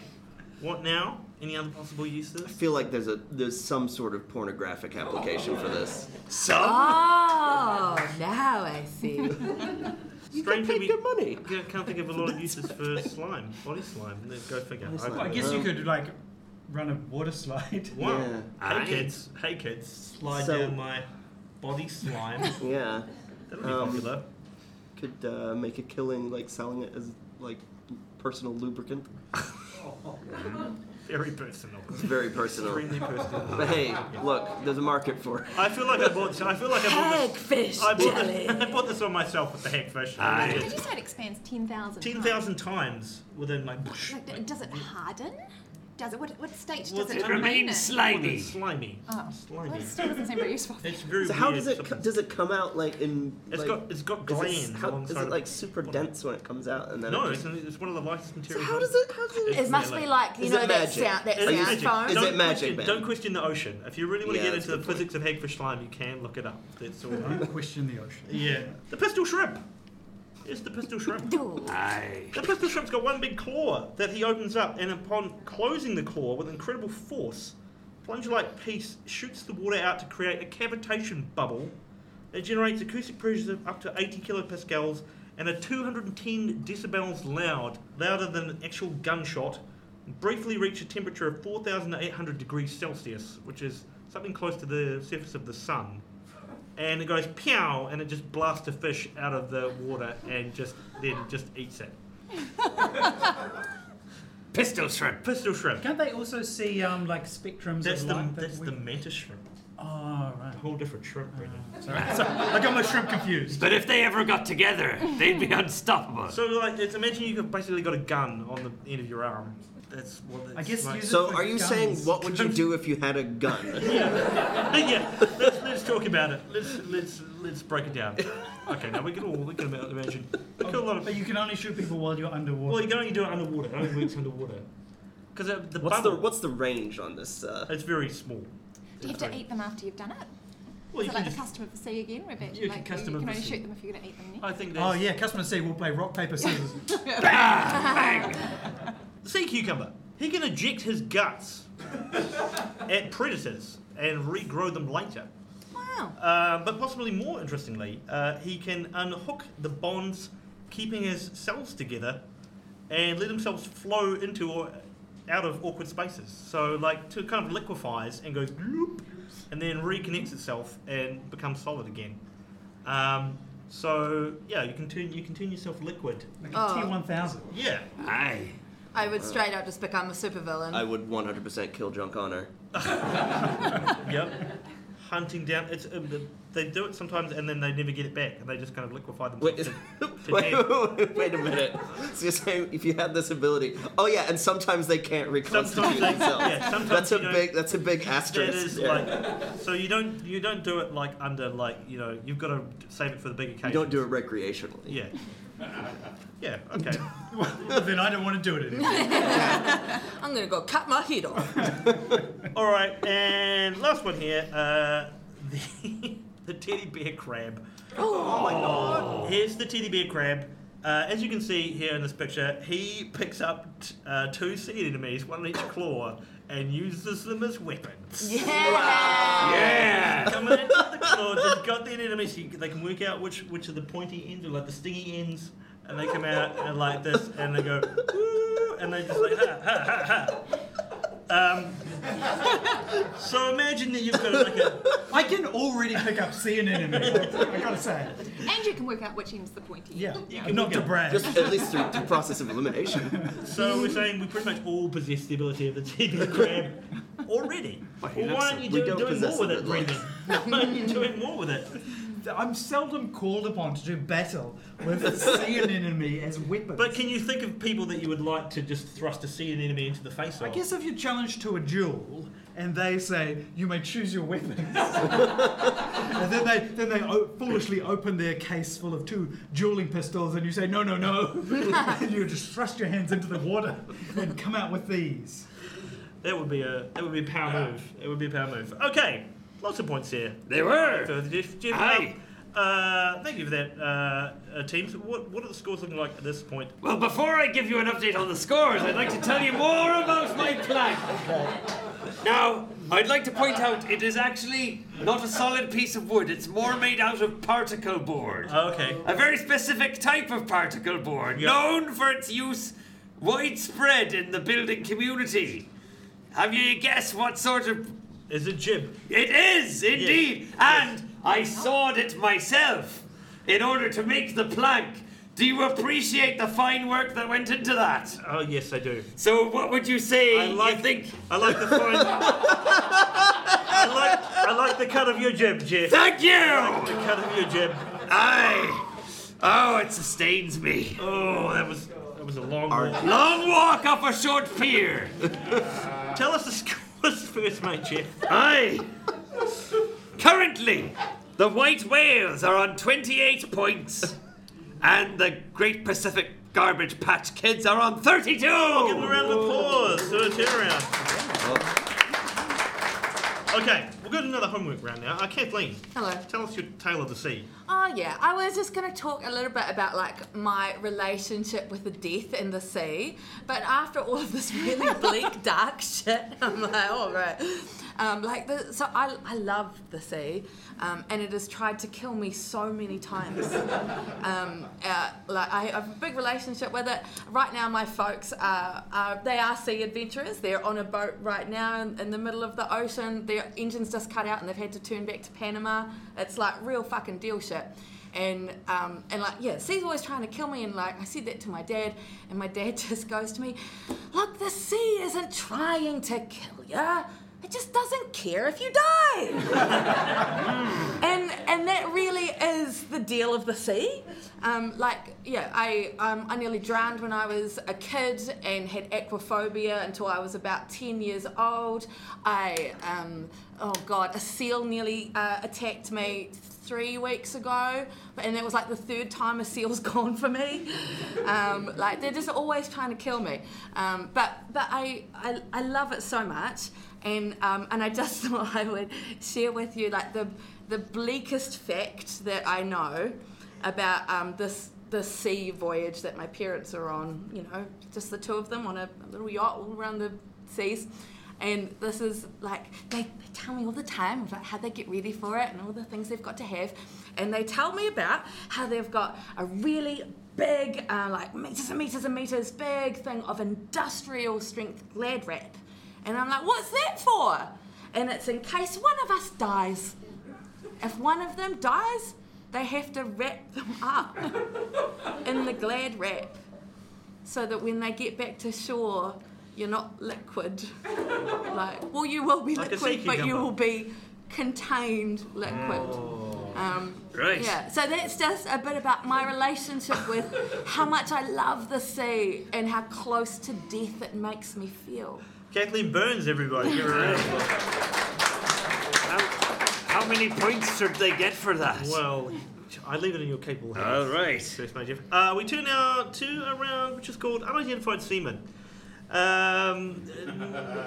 Speaker 1: What now? Any other possible
Speaker 5: I
Speaker 1: uses?
Speaker 5: feel like there's a there's some sort of pornographic application for this.
Speaker 6: Uh,
Speaker 1: Some.
Speaker 6: Oh, now I
Speaker 5: *laughs*
Speaker 6: see.
Speaker 5: You get
Speaker 1: Strangely,
Speaker 5: paid
Speaker 1: we-
Speaker 5: good money.
Speaker 1: I can't think of a lot of uses for slime. Body slime. Go figure.
Speaker 5: slime.
Speaker 3: Well, I
Speaker 1: Okay.
Speaker 3: guess you could like run a water slide. *laughs*
Speaker 1: Wow.
Speaker 5: Yeah.
Speaker 1: Hey kids, hey kids, slide
Speaker 5: So-
Speaker 1: down my body slime.
Speaker 5: Yeah,
Speaker 1: *laughs* That'll be
Speaker 5: Um,
Speaker 1: popular.
Speaker 5: could uh, make a killing like selling it as like personal lubricant.
Speaker 1: Very personal.
Speaker 5: It's very personal.
Speaker 1: Extremely personal.
Speaker 5: But hey, look, there's a market for it.
Speaker 1: I feel like I bought. I feel like I bought this.
Speaker 6: Hagfish
Speaker 1: I bought,
Speaker 5: *laughs*
Speaker 6: jelly.
Speaker 1: this, *laughs* I bought this on myself with the hackfish.
Speaker 4: Did you say it expands 10,000?
Speaker 1: Ten
Speaker 4: times?
Speaker 1: thousand times within my. Whoosh,
Speaker 4: Like, d- does it harden? Does it? What, what state
Speaker 1: Well,
Speaker 4: does
Speaker 1: it
Speaker 4: it remain in?
Speaker 2: Remains
Speaker 1: slimy.
Speaker 2: slimy.
Speaker 1: Slimy.
Speaker 4: Oh, well,
Speaker 1: Slimy.
Speaker 4: it still doesn't seem very useful.
Speaker 1: It's very
Speaker 5: So how
Speaker 1: weird
Speaker 5: does it co-
Speaker 1: substance.
Speaker 5: does it come out like in?
Speaker 1: It's
Speaker 5: like,
Speaker 1: got it's got
Speaker 5: is
Speaker 1: glands
Speaker 5: it, how, is
Speaker 1: alongside.
Speaker 5: it like
Speaker 1: of-
Speaker 5: super dense when it comes out and then?
Speaker 1: No,
Speaker 5: it
Speaker 1: it's,
Speaker 5: just,
Speaker 1: it's one of the lightest
Speaker 5: so
Speaker 1: materials.
Speaker 5: how does it? How does it?
Speaker 6: It must be like, you
Speaker 5: Is
Speaker 6: know,
Speaker 5: it
Speaker 6: that
Speaker 5: magic?
Speaker 6: sound, that
Speaker 1: It is
Speaker 6: sound
Speaker 1: magic.
Speaker 6: foam.
Speaker 5: Is
Speaker 1: Don't
Speaker 5: it magic,
Speaker 1: question-
Speaker 5: Ben?
Speaker 1: Don't question the ocean. If you really want to
Speaker 5: Yeah,
Speaker 1: get
Speaker 5: that's
Speaker 1: into the
Speaker 5: a good
Speaker 1: physics of hagfish slime, you can look it up. That's all right.
Speaker 3: Question the ocean.
Speaker 1: Yeah. The pistol shrimp. It's the pistol shrimp.
Speaker 6: Ooh.
Speaker 2: Aye.
Speaker 1: The pistol shrimp's got one big claw that he opens up, and upon closing the claw with incredible force, plunge-like piece shoots the water out to create a cavitation bubble that generates acoustic pressures of up to 80 kilopascals and are 210 decibels loud, louder than an actual gunshot. and Briefly reach a temperature of 4,800 degrees Celsius, which is something close to the surface of the sun and it goes pow, and it just blasts a fish out of the water and just then just eats it.
Speaker 2: Pistol shrimp.
Speaker 1: Pistol shrimp.
Speaker 3: Can't they also see um, like spectrums
Speaker 1: That's
Speaker 3: of
Speaker 1: the
Speaker 3: light that
Speaker 1: that's
Speaker 3: we-
Speaker 1: the meta shrimp. Mm.
Speaker 3: Oh right.
Speaker 1: A whole different shrimp, Brendan. *laughs*
Speaker 3: Sorry. *laughs* Sorry. I got my shrimp confused.
Speaker 2: But if they ever got together,
Speaker 1: *laughs*
Speaker 2: they'd be unstoppable.
Speaker 1: So like, it's imagine you've basically got a gun on the end of your arm. That's what. It's
Speaker 3: I guess
Speaker 1: like. *laughs*
Speaker 3: use it
Speaker 5: So
Speaker 3: for
Speaker 5: are you
Speaker 3: guns.
Speaker 5: saying what would you do if you had a gun?
Speaker 1: yeah. Let's, let's talk about it. Let's let's let's break it down. Okay, now we can all we can imagine. We got a lot of.
Speaker 3: But you can only shoot people while you're underwater.
Speaker 1: Well, you can only do it underwater. It only works underwater. Because the
Speaker 5: What's the
Speaker 1: bubble.
Speaker 5: what's the range on this? Uh,
Speaker 1: it's very small.
Speaker 4: Do you have to eat them after you've done it?
Speaker 1: Well,
Speaker 4: Is
Speaker 1: you can
Speaker 4: it like the
Speaker 1: just,
Speaker 4: customer for sea again?
Speaker 1: You
Speaker 4: Where actually,
Speaker 1: can
Speaker 4: like, you
Speaker 1: custom
Speaker 4: can only
Speaker 1: for sea.
Speaker 4: shoot them if you're going to eat them.
Speaker 1: I think.
Speaker 3: oh
Speaker 1: That's,
Speaker 3: yeah, customer C will play rock paper scissors.
Speaker 1: sea cucumber. He can eject his *laughs* guts at predators and regrow them later.
Speaker 6: Wow.
Speaker 1: Uh, but possibly more interestingly, uh, he can unhook the bonds keeping his cells together and let themselves flow into or out of awkward spaces. So, like, to kind of liquefies and goes bloop and then reconnects itself and becomes solid again. Um, so, yeah, you can turn you can turn yourself liquid.
Speaker 3: Like
Speaker 6: Oh.
Speaker 3: a T1000.
Speaker 1: Yeah.
Speaker 2: Aye.
Speaker 6: I would straight up just become a supervillain.
Speaker 5: I would 100% kill junk honor.
Speaker 1: Yep. Hunting down. It's uh, the- they do it sometimes, and then they never get it back, and they just kind of liquefy
Speaker 5: Wait, *laughs*
Speaker 1: themselves.
Speaker 5: wait, wait, wait a minute. So you're saying if you had this ability? Oh yeah, and sometimes they can't reconstitute
Speaker 1: Sometimes they-
Speaker 5: themselves.
Speaker 1: yeah, sometimes
Speaker 5: that's a
Speaker 1: you don't-
Speaker 5: big. That's a big
Speaker 1: That
Speaker 5: asterisk.
Speaker 1: is
Speaker 5: yeah.
Speaker 1: like so you don't you don't do it like under like you know you've got to save it for the big occasion.
Speaker 5: you don't do it recreationally.
Speaker 1: Yeah. Yeah. Okay.
Speaker 3: *laughs* then I don't want to do it anymore.
Speaker 6: I'm gonna go cut my head
Speaker 5: *laughs*
Speaker 6: off.
Speaker 1: All right, and last one here. Uh, *laughs* the the teddy bear crab.
Speaker 6: Oh,
Speaker 1: Here's the teddy bear crab. Uh, as you can see here in this picture, he picks up t- uh, two sea enemies, one on each claw, and uses them as weapons.
Speaker 6: yeah.
Speaker 2: Yeah.
Speaker 1: coming into the claws. They've got their enemies. You- They can work out which which are the pointy ends or like the stingy ends, and they come out and like this, and they go woo, and they just like ha ha ha ha. Um, so imagine that you've got like a
Speaker 3: I can already pick up CNN in it. I gotta say.
Speaker 4: And you can work out which end's the pointy.
Speaker 3: Yeah.
Speaker 1: You can
Speaker 3: Not
Speaker 1: pick
Speaker 3: to
Speaker 1: up-
Speaker 3: brag.
Speaker 5: Just at least through, through process
Speaker 1: *laughs*
Speaker 5: of elimination.
Speaker 1: so we're saying we pretty much all possess the ability of the teddy crab already. Well, why aren't you
Speaker 5: We
Speaker 1: do,
Speaker 5: don't
Speaker 1: doing
Speaker 5: possess
Speaker 1: more with
Speaker 5: it,
Speaker 1: it,
Speaker 5: like-
Speaker 1: Brendan? Why aren't you doing more with it?
Speaker 3: I'm seldom called upon to do battle with a sea anemone as weapons.
Speaker 1: But can you think of people that you would like to just thrust a sea anemone into the face of?
Speaker 3: I guess if you're challenged to a duel and they say, "You may choose your weapons." *laughs* and then they then they o- foolishly open their case full of two dueling pistols, and you say, "No, no, no!" *laughs* and you just thrust your hands into the water and come out with these.
Speaker 1: That would be a that would be a power move. It would be a power move. Okay, lots of points here.
Speaker 2: They were.
Speaker 1: So Jeff, Jeff
Speaker 2: Aye.
Speaker 1: Uh, thank you for that, uh, uh, teams. What what are the scores looking like at this point?
Speaker 2: Well, before I give you an update on the scores, I'd like to tell you more about my plan. Now, I'd like to point out it is actually not a solid piece of wood, it's more made out of particle board.
Speaker 1: Okay.
Speaker 2: A very specific type of particle board,
Speaker 1: Yeah.
Speaker 2: known for its use widespread in the building community. Have you guessed what sort of.
Speaker 1: Is it jib?
Speaker 2: It is, indeed! And I sawed it myself in order to make the plank. Do you appreciate the fine work that went into that?
Speaker 1: Oh yes, I do.
Speaker 2: So, what would you say?
Speaker 1: I like-
Speaker 2: you think.
Speaker 1: I like the
Speaker 2: *laughs*
Speaker 1: fine. I like I like the cut of your jib, Jeff.
Speaker 2: Thank
Speaker 1: The
Speaker 2: you!
Speaker 1: cut of your jib.
Speaker 2: Aye! Oh, it sustains me.
Speaker 1: Oh, that was that was a long one.
Speaker 2: Long walk up a short pier.
Speaker 1: Tell us the *laughs* scores first, mate, Jeff.
Speaker 2: Aye. Currently, the White Whales are on 28 points, and the Great Pacific Garbage Patch Kids are on 32.
Speaker 1: Give them a round of applause. Do a turnaround. Okay, we'll go to another homework round now. Uh, Kathleen,
Speaker 6: Hello.
Speaker 1: tell us your tale of the sea.
Speaker 6: Oh yeah, I was just going to talk a little bit about like my relationship with the death and the sea, but after all of this really bleak, dark shit, *laughs* I'm like, all right. Um, like the, so, I, I love the sea, um, and it has tried to kill me so many times. Um, uh, like I have a big relationship with it. Right now, my folks are, are they are sea adventurers. They're on a boat right now in, in the middle of the ocean. Their engines just cut out, and they've had to turn back to Panama. It's like real fucking deal shit. And um, and like yeah, sea's always trying to kill me. And like I said that to my dad, and my dad *laughs* just goes to me, "Look, the sea isn't trying to kill ya. It just doesn't care if you die." and and that really is the deal of the sea. Um, like yeah, I um, I nearly drowned when I was a kid and had aquaphobia until I was about ten years old. I um, oh god, a seal nearly uh, attacked me three weeks ago, but and that was like the third time a seal's *laughs* gone for me. Um, like they're just always trying to kill me. Um, but but I, I I love it so much and um, and I just *laughs* thought I would share with you like the the bleakest fact that I know about um, this the sea voyage that my parents are on. You know, just the two of them on a little yacht all around the seas. And this is like they, they tell me all the time about how they get ready for it and all the things they've got to have, and they tell me about how they've got a really big, uh, like meters and meters and meters big thing of industrial strength glad wrap, and I'm like, what's that for? And it's in case one of us dies. If one of them dies, they have to wrap them up in the glad wrap so that when they get back to shore, you're not liquid. Like, well, you will be
Speaker 1: Like a sea
Speaker 6: liquid, but you
Speaker 1: cucumber.
Speaker 6: will be contained liquid.
Speaker 1: Oh.
Speaker 6: Um,
Speaker 2: Right.
Speaker 6: Yeah, so that's just a bit about my relationship with how much I love the sea and how close to death it makes me feel.
Speaker 1: Kathleen Burns, everybody. Give her a round of applause.
Speaker 2: How many points should they get for that?
Speaker 1: Well, I leave it in your capable hands.
Speaker 2: all right.
Speaker 1: Thanks, mate, Jeff. Uh, we turn now to a round which is called Unidentified Seaman. Um,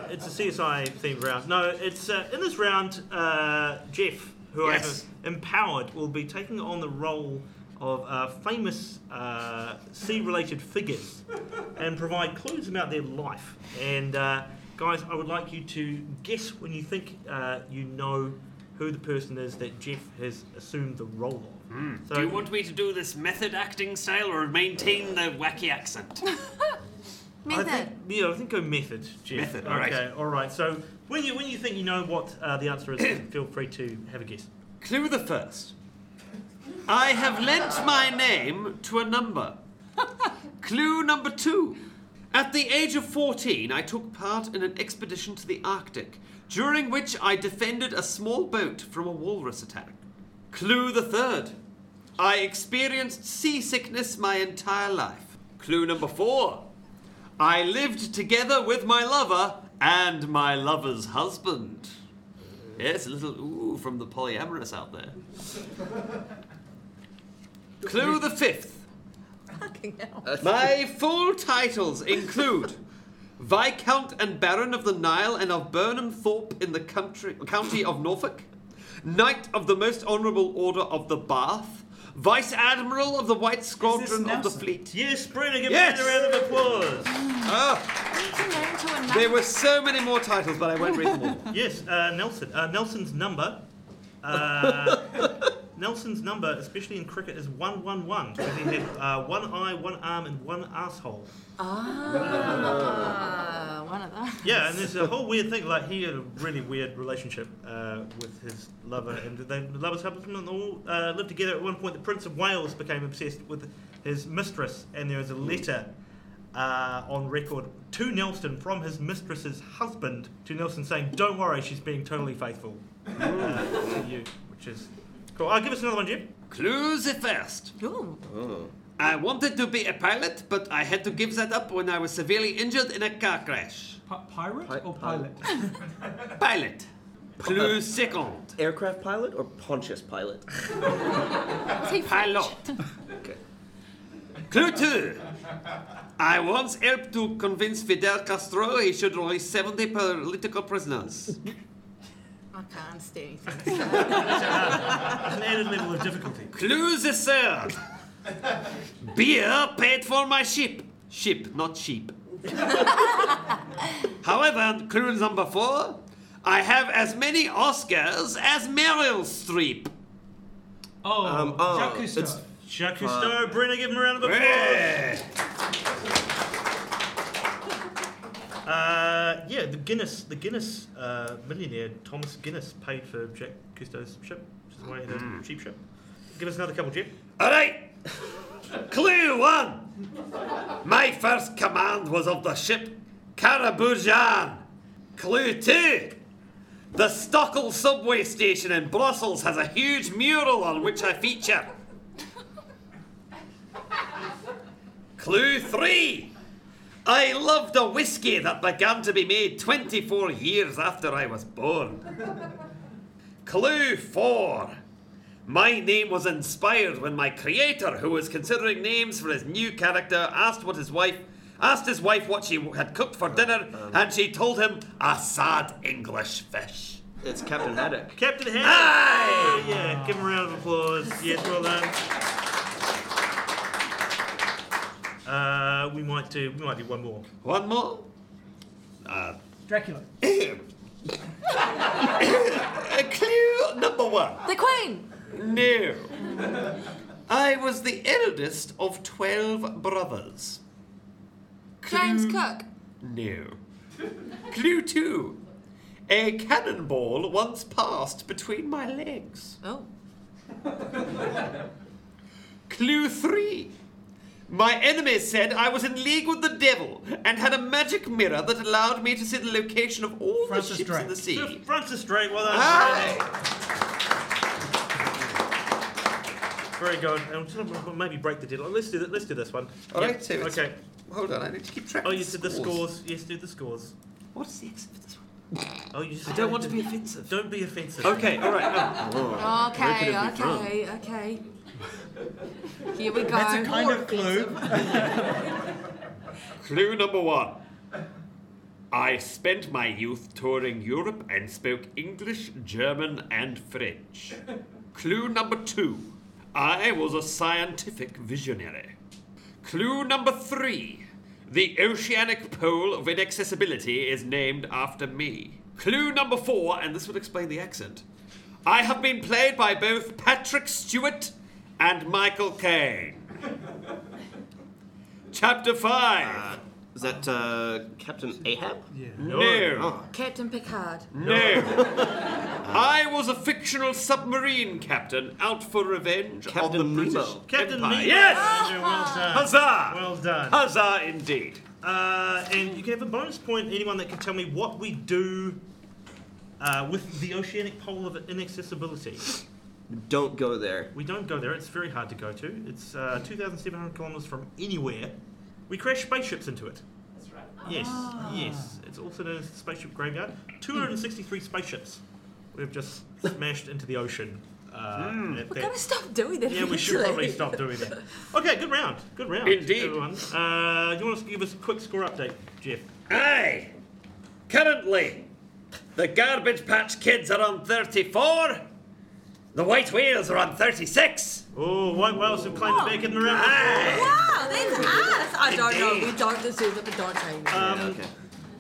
Speaker 1: it's a CSI themed round. No, it's uh, in this round, uh, Jeff, who
Speaker 2: Yes.
Speaker 1: I've empowered, will be taking on the role of uh, famous uh, sea related figures and provide clues about their life. And uh, guys, I would like you to guess when you think uh, you know who the person is that Jeff has assumed the role of. So
Speaker 2: Hmm. Do you want me to do this method acting style or maintain the wacky accent?
Speaker 6: Method.
Speaker 1: I think, yeah, I think go method, Jeff.
Speaker 2: Method, all right.
Speaker 1: Okay, all right. So when you when you think you know what uh, the answer is, feel free to have a guess.
Speaker 2: Clue the first. I have lent my name to a number. Clue number two. At the age of 14, I took part in an expedition to the Arctic, during which I defended a small boat from a walrus attack. Clue the third. I experienced seasickness my entire life. Clue number four. I lived together with my lover and my lover's husband. Yes, a little ooh from the polyamorous out there. Clue the fifth.
Speaker 6: Fucking hell.
Speaker 2: My full titles include Viscount and Baron of the Nile and of Burnham Thorpe in the country, county of Norfolk, Knight of the Most Honourable Order of the Bath, Vice Admiral of the White Squadron of the
Speaker 3: Nelson?
Speaker 2: Fleet.
Speaker 1: Yes, Brenda, give
Speaker 2: Yes.
Speaker 1: me a round of applause.
Speaker 2: Ah,
Speaker 6: Need to learn to another.
Speaker 2: there were so many more titles, but I won't read them all.
Speaker 1: yes, uh, Nelson. Uh, Nelson's number. Uh,
Speaker 2: *laughs*
Speaker 1: Nelson's number, especially in cricket, is 111 because he had uh, one eye, one arm, and one asshole.
Speaker 6: Ah, one of those.
Speaker 1: Yeah, and there's a whole weird thing. Like he had a really weird relationship uh, with his lover, and they the lovers husband and all uh, lived together. At one point, the Prince of Wales became obsessed with his mistress, and there is a letter uh, on record to Nelson from his mistress's husband to Nelson saying, "Don't worry, she's being totally faithful uh, to you," which is cool. Uh, give us another one, Jim.
Speaker 2: Clue the first.
Speaker 6: Ooh.
Speaker 2: I wanted to be a pilot, but I had to give that up when I was severely injured in a car crash.
Speaker 3: Pi- pirate
Speaker 5: Pi-
Speaker 3: or pilot?
Speaker 5: pilot.
Speaker 2: Pilot. Clue second.
Speaker 5: Aircraft pilot or Pontius pilot?
Speaker 6: Was he
Speaker 2: Pilot. Clue two. I once helped to convince Fidel Castro he should release 70 political prisoners.
Speaker 6: I can't stand anything.
Speaker 1: That's an added level of difficulty.
Speaker 2: Clue the third. Beer paid for my ship. Ship, not sheep. However, clue number four. I have as many Oscars as Meryl Streep.
Speaker 3: Oh,
Speaker 5: Um, oh,
Speaker 3: Jacques Cousteau.
Speaker 5: it's-
Speaker 1: Jacques Cousteau, Brenner, give him a round of applause.
Speaker 2: Hey!
Speaker 1: Uh, yeah, the Guinness, the Guinness uh, millionaire Thomas Guinness paid for Jack Cousteau's ship, which is why he had
Speaker 2: Mm.
Speaker 1: a cheap ship. Give us another couple, Jeff.
Speaker 2: All right. Clue one. My first command was of the ship Karabujan. Clue two. The Stockholm subway station in Brussels has a huge mural on which I feature. Clue three. I loved a whiskey that began to be made 24 years after I was born. Clue four. My name was inspired when my creator, who was considering names for his new character, asked what his wife asked his wife what she had cooked for dinner, and she told him a sad English fish.
Speaker 5: It's Captain Haddock.
Speaker 1: Captain Harry.
Speaker 2: Aye!
Speaker 1: Yeah, give him a round of applause. Yes, well done. Uh, we might do, we might do one more.
Speaker 2: One more. *coughs*
Speaker 3: Dracula.
Speaker 2: Uh, clue number one.
Speaker 6: *laughs* The Queen!
Speaker 2: No. I was the eldest of twelve brothers.
Speaker 1: Mm.
Speaker 6: James Cook.
Speaker 2: No. Clue two. A cannonball once passed between my legs.
Speaker 6: Oh.
Speaker 2: Clue three. My enemies said I was in league with the devil and had a magic mirror that allowed me to see the location of all
Speaker 3: Francis
Speaker 2: the ships
Speaker 3: Drake.
Speaker 2: in the sea. Ah!
Speaker 1: Francis Drake, well done.
Speaker 2: Aye.
Speaker 1: Very good. I'm just gonna maybe break the deadline. Let's do that. Let's do this one.
Speaker 2: All
Speaker 1: Yeah,
Speaker 2: right, so it's-
Speaker 1: Okay.
Speaker 2: Hold on, I need to keep track.
Speaker 1: Oh,
Speaker 2: of
Speaker 1: you did the scores. Yes, do the scores.
Speaker 2: What is the X of this one?
Speaker 1: Oh, you just
Speaker 2: I don't want to be offensive.
Speaker 1: Don't be offensive.
Speaker 2: Okay, all right. no.
Speaker 6: Okay,
Speaker 5: it be from?
Speaker 6: okay, *laughs* okay. Here we go.
Speaker 3: That's a kind of clue.
Speaker 2: Clue number one. I spent my youth touring Europe and spoke English, German, and French. Clue number two. I was a scientific visionary. Clue number three. The oceanic pole of inaccessibility is named after me. Clue number four, and this would explain the accent. I have been played by both Patrick Stewart and Michael Caine. Chapter five.
Speaker 5: Is that uh, Captain Ahab?
Speaker 2: No.
Speaker 6: Captain Picard.
Speaker 2: No. I was a fictional submarine captain out for revenge on the
Speaker 5: Captain
Speaker 2: British
Speaker 5: Nemo.
Speaker 1: Captain
Speaker 2: Empire.
Speaker 1: Nemo.
Speaker 2: Yes!
Speaker 1: Andrew, well done.
Speaker 2: Huzzah!
Speaker 1: Well done.
Speaker 2: Huzzah indeed.
Speaker 1: Uh, and you can have a bonus point, anyone that can tell me what we do uh, with the oceanic pole of inaccessibility.
Speaker 5: Don't go there.
Speaker 1: We don't go there, it's very hard to go to. It's uh, 2,700 kilometres from anywhere. We crash spaceships into it. That's right. Yes, yes. It's It's also known as the Spaceship Graveyard. 263 spaceships we've just smashed into the ocean. Uh, at
Speaker 6: We've
Speaker 1: that-
Speaker 6: got to stop doing that.
Speaker 1: yeah, we should probably
Speaker 6: eventually.
Speaker 1: stop doing that. Okay, good round. Good round.
Speaker 2: Indeed.
Speaker 1: Everyone. Uh, you want to give us a quick score update, Jeff?
Speaker 2: Aye. Currently, the Garbage Patch Kids are on 34. The White Whales are on 36.
Speaker 1: Oh, White Whales have claimed the back in the round.
Speaker 2: Aye.
Speaker 6: Wow, that's us. I don't know. We don't deserve it, but don't say anything.
Speaker 1: Um,
Speaker 5: Yeah, okay.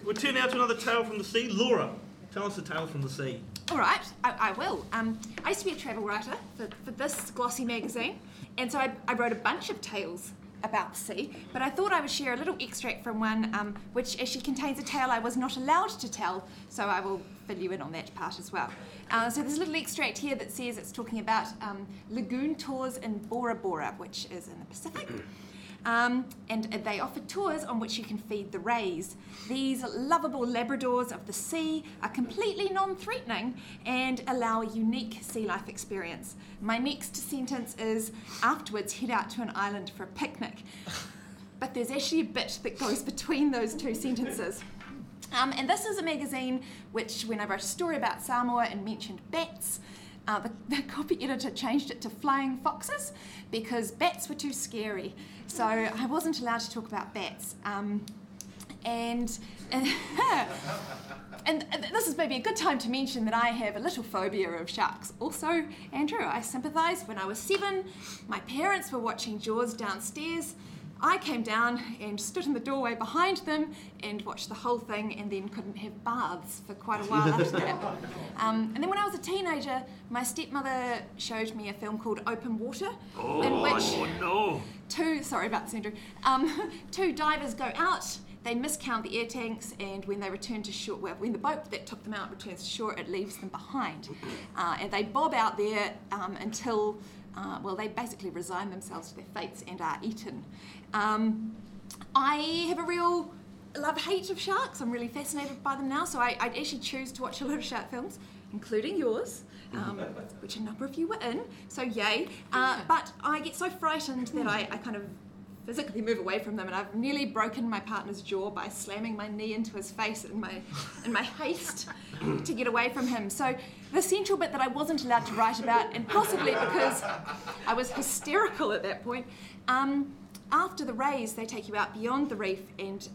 Speaker 1: We'll turn now to another tale from the sea. Laura, tell us a tale from the sea.
Speaker 4: All right, I, I will. Um, I used to be a travel writer for, for this glossy magazine, and so I, I wrote a bunch of tales about the sea, but I thought I would share a little extract from one um, which actually contains a tale I was not allowed to tell, so I will fill you in on that part as well. Uh, so there's a little extract here that says it's talking about um, lagoon tours in Bora Bora, which is in the Pacific. Um, and they offer tours on which you can feed the rays. These lovable Labradors of the sea are completely non threatening and allow a unique sea life experience. My next sentence is afterwards, head out to an island for a picnic. But there's actually a bit that goes between those two sentences. Um, and this is a magazine which, when I wrote a story about Samoa and mentioned bats, uh, the, *laughs* the copy editor changed it to flying foxes because bats were too scary. So I wasn't allowed to talk about bats. Um, and. *laughs* And th- this is maybe a good time to mention that I have a little phobia of sharks. Also, Andrew, I sympathise. When I was seven, my parents were watching Jaws downstairs. I came down and stood in the doorway behind them and watched the whole thing, and then couldn't have baths for quite a while after that. Um, and then when I was a teenager, my stepmother showed me a film called Open Water, in which
Speaker 2: no.
Speaker 4: two sorry about this andrew um, *laughs* two divers go out they miscount the air tanks and when they return to shore well, when the boat that took them out returns to shore it leaves them behind uh, and they bob out there um, until uh, well they basically resign themselves to their fates and are eaten um, I have a real love hate of sharks. I'm really fascinated by them now, so I, I actually choose to watch a lot of shark films, including yours, um, which a number of you were in, so yay. Uh, but I get so frightened that I, I kind of physically move away from them and I've nearly broken my partner's jaw by slamming my knee into his face in my in my haste to get away from him. So the central bit that I wasn't allowed to write about, and possibly because I was hysterical at that point, um, after the rays, they take you out beyond the reef and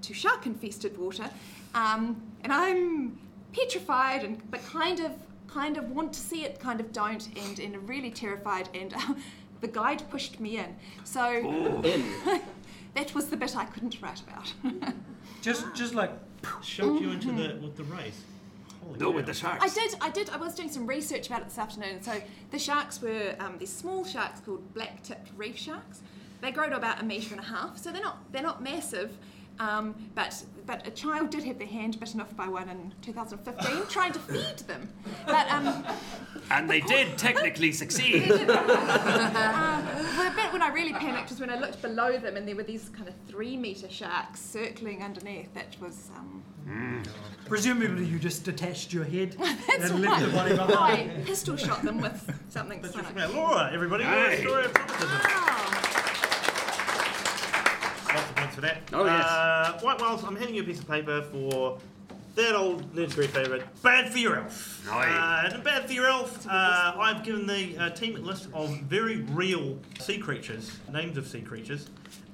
Speaker 4: to shark infested water. Um, and I'm petrified, and but kind of kind of want to see it, kind of don't, and, and really terrified. And *laughs* the guide pushed me in. So that was the bit I couldn't write about.
Speaker 3: Just, just like
Speaker 1: Shoved you into the with the race. Holy
Speaker 2: No, with
Speaker 1: cow.
Speaker 2: the sharks.
Speaker 4: I did, I did, I was doing some research about it this afternoon. So the sharks were um, these small sharks called black-tipped reef sharks. They grow to about a metre and a half, so they're not they're not massive. Um, but but a child did have their hand bitten off by one in 2015 trying to feed them. But um, *laughs*
Speaker 2: And they did technically succeed.
Speaker 4: the bit when I really panicked was when I looked below them and there were these kind of three-metre sharks circling underneath. That was. Um,
Speaker 3: presumably you just detached your *laughs* head
Speaker 4: that's
Speaker 3: and left the body
Speaker 4: right.
Speaker 3: behind.
Speaker 4: I pistol shot them with something
Speaker 1: That's just
Speaker 4: sonic. Ah.
Speaker 1: about Laura, everybody. Laura's
Speaker 2: Aye.
Speaker 1: story of traumatism.
Speaker 4: Wow.
Speaker 1: Lots of points for that.
Speaker 2: Oh, yes.
Speaker 1: Uh, White Wales, I'm handing you a piece of paper for that old nerd's very favourite, Bad for Your Elf.
Speaker 2: Aye.
Speaker 1: Uh, and Bad for Your Elf, uh, I've given the uh, team a list of very real sea creatures, names of sea creatures.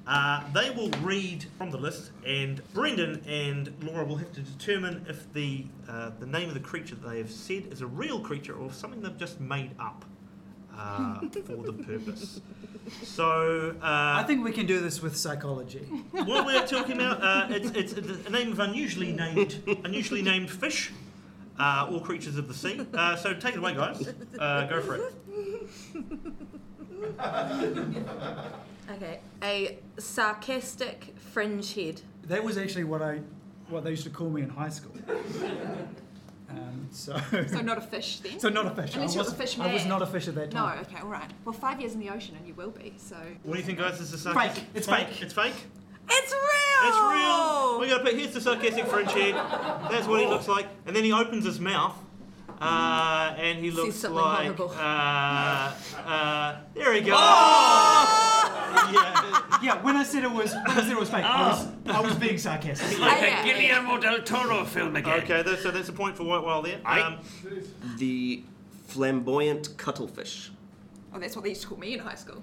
Speaker 1: Uh, they will read from the list, and Brendan and Laura will have to determine if the uh, the name of the creature that they have said is a real creature or something they've just made up
Speaker 2: *laughs*
Speaker 1: uh, for the purpose. So uh,
Speaker 3: I think we can do this with psychology.
Speaker 1: what we're talking about, uh, it's, it's a name of unusually named, unusually named fish, uh, or creatures of the sea. Uh, so take it away, guys. Uh, go for it.
Speaker 6: Okay, a sarcastic fringe head.
Speaker 3: That was actually what I, what they used to call me in high school. Um, so, *laughs*
Speaker 4: So not a fish then.
Speaker 3: so not a fish.
Speaker 4: Unless
Speaker 3: I
Speaker 4: you're
Speaker 3: was,
Speaker 4: a fish
Speaker 3: I was
Speaker 4: man.
Speaker 3: not a fish at that
Speaker 4: No,
Speaker 3: time.
Speaker 4: okay, all right. Well, five years in the ocean, and you will be. So
Speaker 1: What do you think, guys? This is
Speaker 3: Fake.
Speaker 1: sarcastic.
Speaker 3: It's fake. Oh.
Speaker 1: It's fake.
Speaker 6: It's real!
Speaker 1: It's real. We got to put here's the sarcastic French head. That's what he looks like, and then he opens his mouth. Uh, and he looks
Speaker 6: something
Speaker 1: like
Speaker 6: horrible.
Speaker 3: Oh!
Speaker 1: uh, uh, there he goes. Yeah,
Speaker 3: yeah, when I said it was, when I said it was fake, I, was,
Speaker 4: Ah.
Speaker 3: I was being sarcastic.
Speaker 2: Like
Speaker 6: Yeah.
Speaker 2: a Guillermo del Toro film again.
Speaker 1: Okay, that's, so that's a point for White Whale there.
Speaker 2: Aye.
Speaker 1: Um,
Speaker 5: The flamboyant cuttlefish.
Speaker 4: Oh, that's what they used to call me in high school.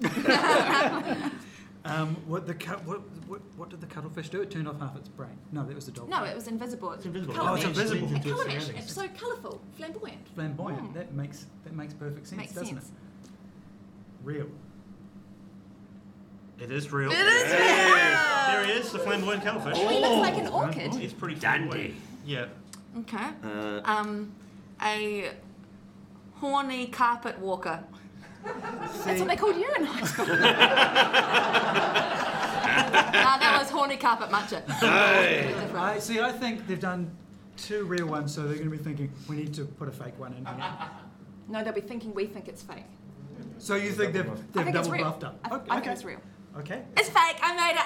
Speaker 3: Um, what the cut? What, what, what did the cuttlefish do? It turned off half its brain. No, that was the dog.
Speaker 4: *laughs* no, it was invisible. It's
Speaker 1: invisible.
Speaker 4: Colour
Speaker 3: Oh, it's
Speaker 4: matched.
Speaker 3: invisible.
Speaker 4: A colour matched. It's so colourful, flamboyant.
Speaker 3: flamboyant. That makes that makes perfect sense,
Speaker 4: Hmm. Makes
Speaker 3: doesn't
Speaker 4: sense.
Speaker 3: it? Real.
Speaker 1: it is real.
Speaker 6: It is
Speaker 1: There he is, the flamboyant cuttlefish.
Speaker 3: Oh,
Speaker 4: Actually, looks like an orchid.
Speaker 1: He's pretty
Speaker 2: Dandy.
Speaker 1: flamboyant. Yeah.
Speaker 6: Okay.
Speaker 5: Uh,
Speaker 6: Um, a horny carpet walker.
Speaker 4: That's what they called you in high school.
Speaker 1: *laughs*
Speaker 6: Ah, that was horny carpet matcha.
Speaker 3: I see. I think they've done two real ones, so they're going to be thinking we need to put a fake one in here.
Speaker 4: No, they'll be thinking we think it's fake.
Speaker 3: So you think they've
Speaker 4: I
Speaker 3: they've
Speaker 4: think it's
Speaker 3: double
Speaker 4: real.
Speaker 3: buffed up?
Speaker 4: I,
Speaker 3: okay.
Speaker 4: I think it's real.
Speaker 3: Okay.
Speaker 6: It's fake. I made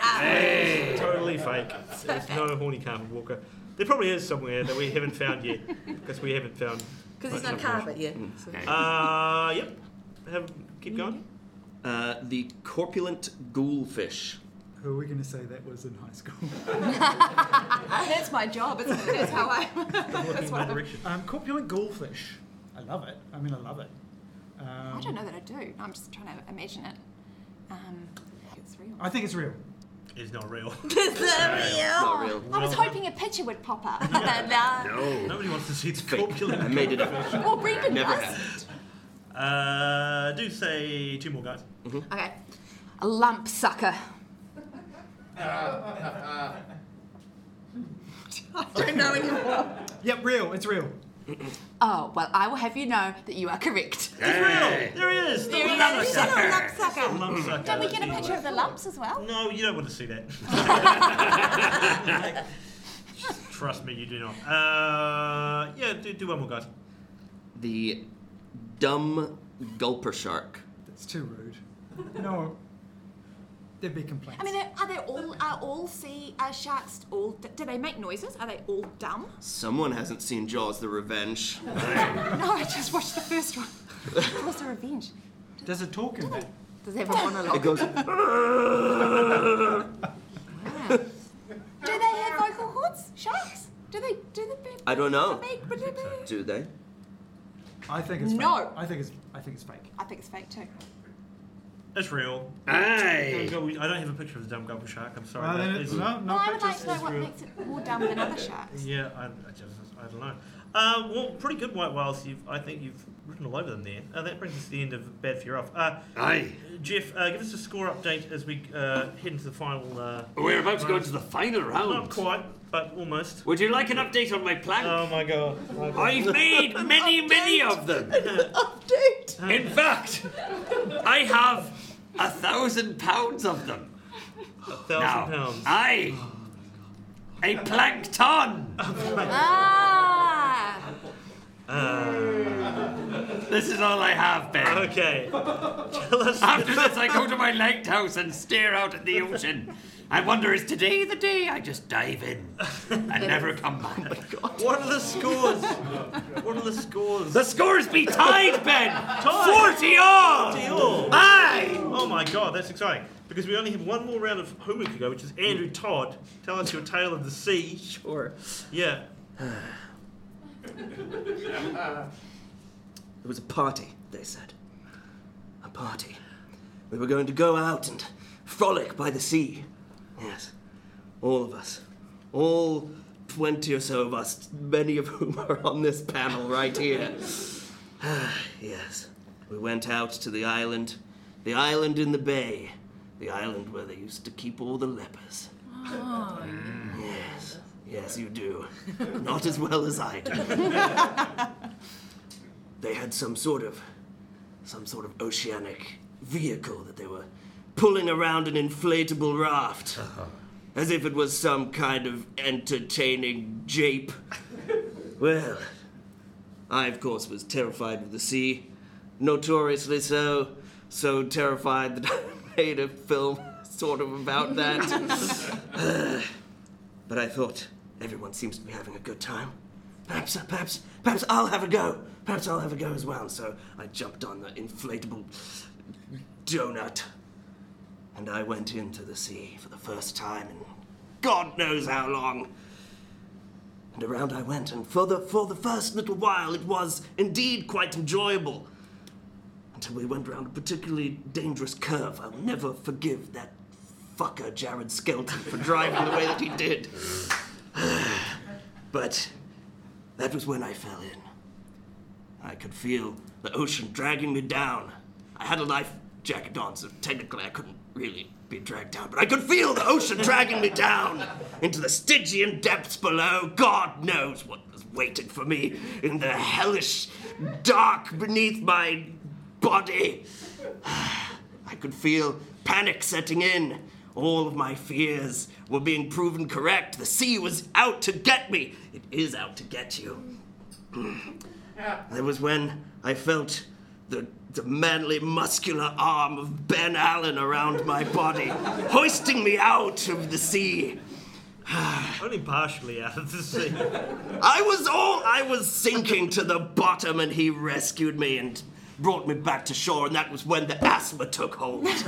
Speaker 6: it up.
Speaker 1: Totally fake. There's no horny carpet walker. There probably is somewhere that we haven't found yet, because we haven't found.
Speaker 6: Because
Speaker 1: much
Speaker 6: it's not
Speaker 1: information.
Speaker 6: carpet yet.
Speaker 5: Mm.
Speaker 1: Uh, yep. Have, keep going.
Speaker 5: uh, the corpulent ghoulfish.
Speaker 3: Who are we going to say that was in high school? *laughs*
Speaker 4: That's my job. It's, that's how
Speaker 3: *laughs*
Speaker 4: I. that's what I'm,
Speaker 3: um, corpulent goldfish. I love it. I mean, I love it. Um,
Speaker 4: I don't know that I do. I'm just trying to imagine it. Um, I think it's real.
Speaker 3: I think it's real.
Speaker 1: It's not real.
Speaker 6: Is that real?
Speaker 5: Not real.
Speaker 4: Oh, I was hoping a picture would pop *laughs* up.
Speaker 1: Nobody wants to see the
Speaker 5: Fake.
Speaker 1: corpulent.
Speaker 5: I made it up.
Speaker 4: Well, Brendan
Speaker 5: Never
Speaker 4: does.
Speaker 5: happened.
Speaker 1: Uh, do say two more guys.
Speaker 6: Okay. A lump sucker. I don't know anymore.
Speaker 3: Yep, real. It's real.
Speaker 6: Oh, well, I will have you know that you are correct.
Speaker 1: It's real. There he is. The lump sucker.
Speaker 6: lump sucker.
Speaker 1: Lump sucker.
Speaker 4: Don't we
Speaker 1: That's
Speaker 4: get a
Speaker 1: the
Speaker 4: picture of the lumps as well?
Speaker 1: No, you don't want to see that. Trust me, you do not. Uh, yeah, do, do one more, guys.
Speaker 5: The dumb gulper shark.
Speaker 3: That's too rude. No, there'd be complaints.
Speaker 4: I mean, are they all are all sea uh, sharks? All do they make noises? Are they all dumb?
Speaker 5: Someone hasn't seen Jaws: The Revenge.
Speaker 4: No, I just watched the first
Speaker 5: *laughs*
Speaker 4: one. It was a revenge.
Speaker 3: Does it talk in that?
Speaker 6: Does it have a monologue?
Speaker 5: It goes. *laughs*
Speaker 4: Do they have vocal cords? Sharks? Do they? Do they?
Speaker 5: I don't know.
Speaker 4: know.
Speaker 5: Do they?
Speaker 3: I think it's
Speaker 4: No.
Speaker 3: Fake. I think it's. I think it's fake.
Speaker 4: I think it's fake too.
Speaker 1: It's real. I
Speaker 2: Aye.
Speaker 1: don't have a picture of the dumb gobble shark. I'm sorry.
Speaker 3: Well,
Speaker 1: that
Speaker 3: Oh, then it's,
Speaker 1: is-
Speaker 3: no,
Speaker 4: Well,
Speaker 3: no
Speaker 4: I would like
Speaker 3: pictures.
Speaker 4: to know what makes it more dumb than other sharks.
Speaker 1: Yeah, I, I just I don't know. Uh, well, pretty good white whales. You've I think you've ridden all over them there. Uh, that brings us to the end of bad fear off. Uh,
Speaker 2: Aye.
Speaker 1: Jeff, uh, give us a score update as we uh, head into the final. Uh,
Speaker 2: We're about to go into the final
Speaker 1: not
Speaker 2: round.
Speaker 1: quite, but almost.
Speaker 2: Would you like an update on my plan?
Speaker 1: Oh my god.
Speaker 2: *laughs* I've
Speaker 1: *laughs*
Speaker 2: made many, many of them. Update. In fact, I have a thousand pounds of them
Speaker 1: A
Speaker 2: now.
Speaker 1: thousand pounds.
Speaker 2: Aye. A plankton.
Speaker 6: Ah!
Speaker 2: This is all I have, Ben.
Speaker 1: Okay. *laughs* Tell us.
Speaker 2: After this, I go to my lighthouse and stare out at the ocean. I wonder, is today the day I just dive in and never come
Speaker 1: *laughs*
Speaker 2: back?
Speaker 1: What are the scores? What are the scores?
Speaker 2: The scores be tied, Ben.
Speaker 1: Tied.
Speaker 2: Forty all.
Speaker 1: Deal.
Speaker 2: Aye.
Speaker 1: Oh my god, that's exciting. Because we only have one more round of homework to go, which is Andrew Todd. Tell us your tale of the sea.
Speaker 5: Sure.
Speaker 1: Yeah.
Speaker 5: It was a party, they said. A party. We were going to go out and frolic by the sea. Yes. All of us. All 20 or so of us, many of whom *laughs* are on this panel right here. Ah, yes. We went out to the island. The island in the bay. The island where they used to keep all the lepers. Yes. Yes, you do. Not as well as I do they had some sort of some sort of oceanic vehicle that they were pulling around an inflatable raft as if it was some kind of entertaining jape well i of course was terrified of the sea notoriously so so terrified that *laughs* i made a film *laughs* sort of about that but i thought everyone seems to be having a good time Perhaps,
Speaker 2: uh,
Speaker 5: perhaps, perhaps I'll have a go. Perhaps I'll have a go as well. So I jumped on the inflatable donut.
Speaker 2: and I went into the sea for the first time in God knows how long. And around I went, and for the, for the first little while it was indeed quite enjoyable. Until we went round a particularly dangerous curve. I'll never forgive that fucker Jared Skelton for driving the way that he did. but that was when I fell in. I could feel the ocean dragging me down. I had a life jacket on, so technically I couldn't really be dragged down, but I could feel the ocean dragging me down into the Stygian depths below. God knows what was waiting for me in the hellish dark beneath my body. I could feel panic setting in. All of my fears were being proven correct. The sea was out to get me. It is out to get you. That was when I felt the, the manly, muscular arm of Ben Allen around my body, hoisting me out of the sea. *sighs*
Speaker 1: Only partially out of the sea.
Speaker 2: I was all I was sinking to the bottom, and he rescued me and brought me back to shore, and that was when the asthma took hold. *laughs* and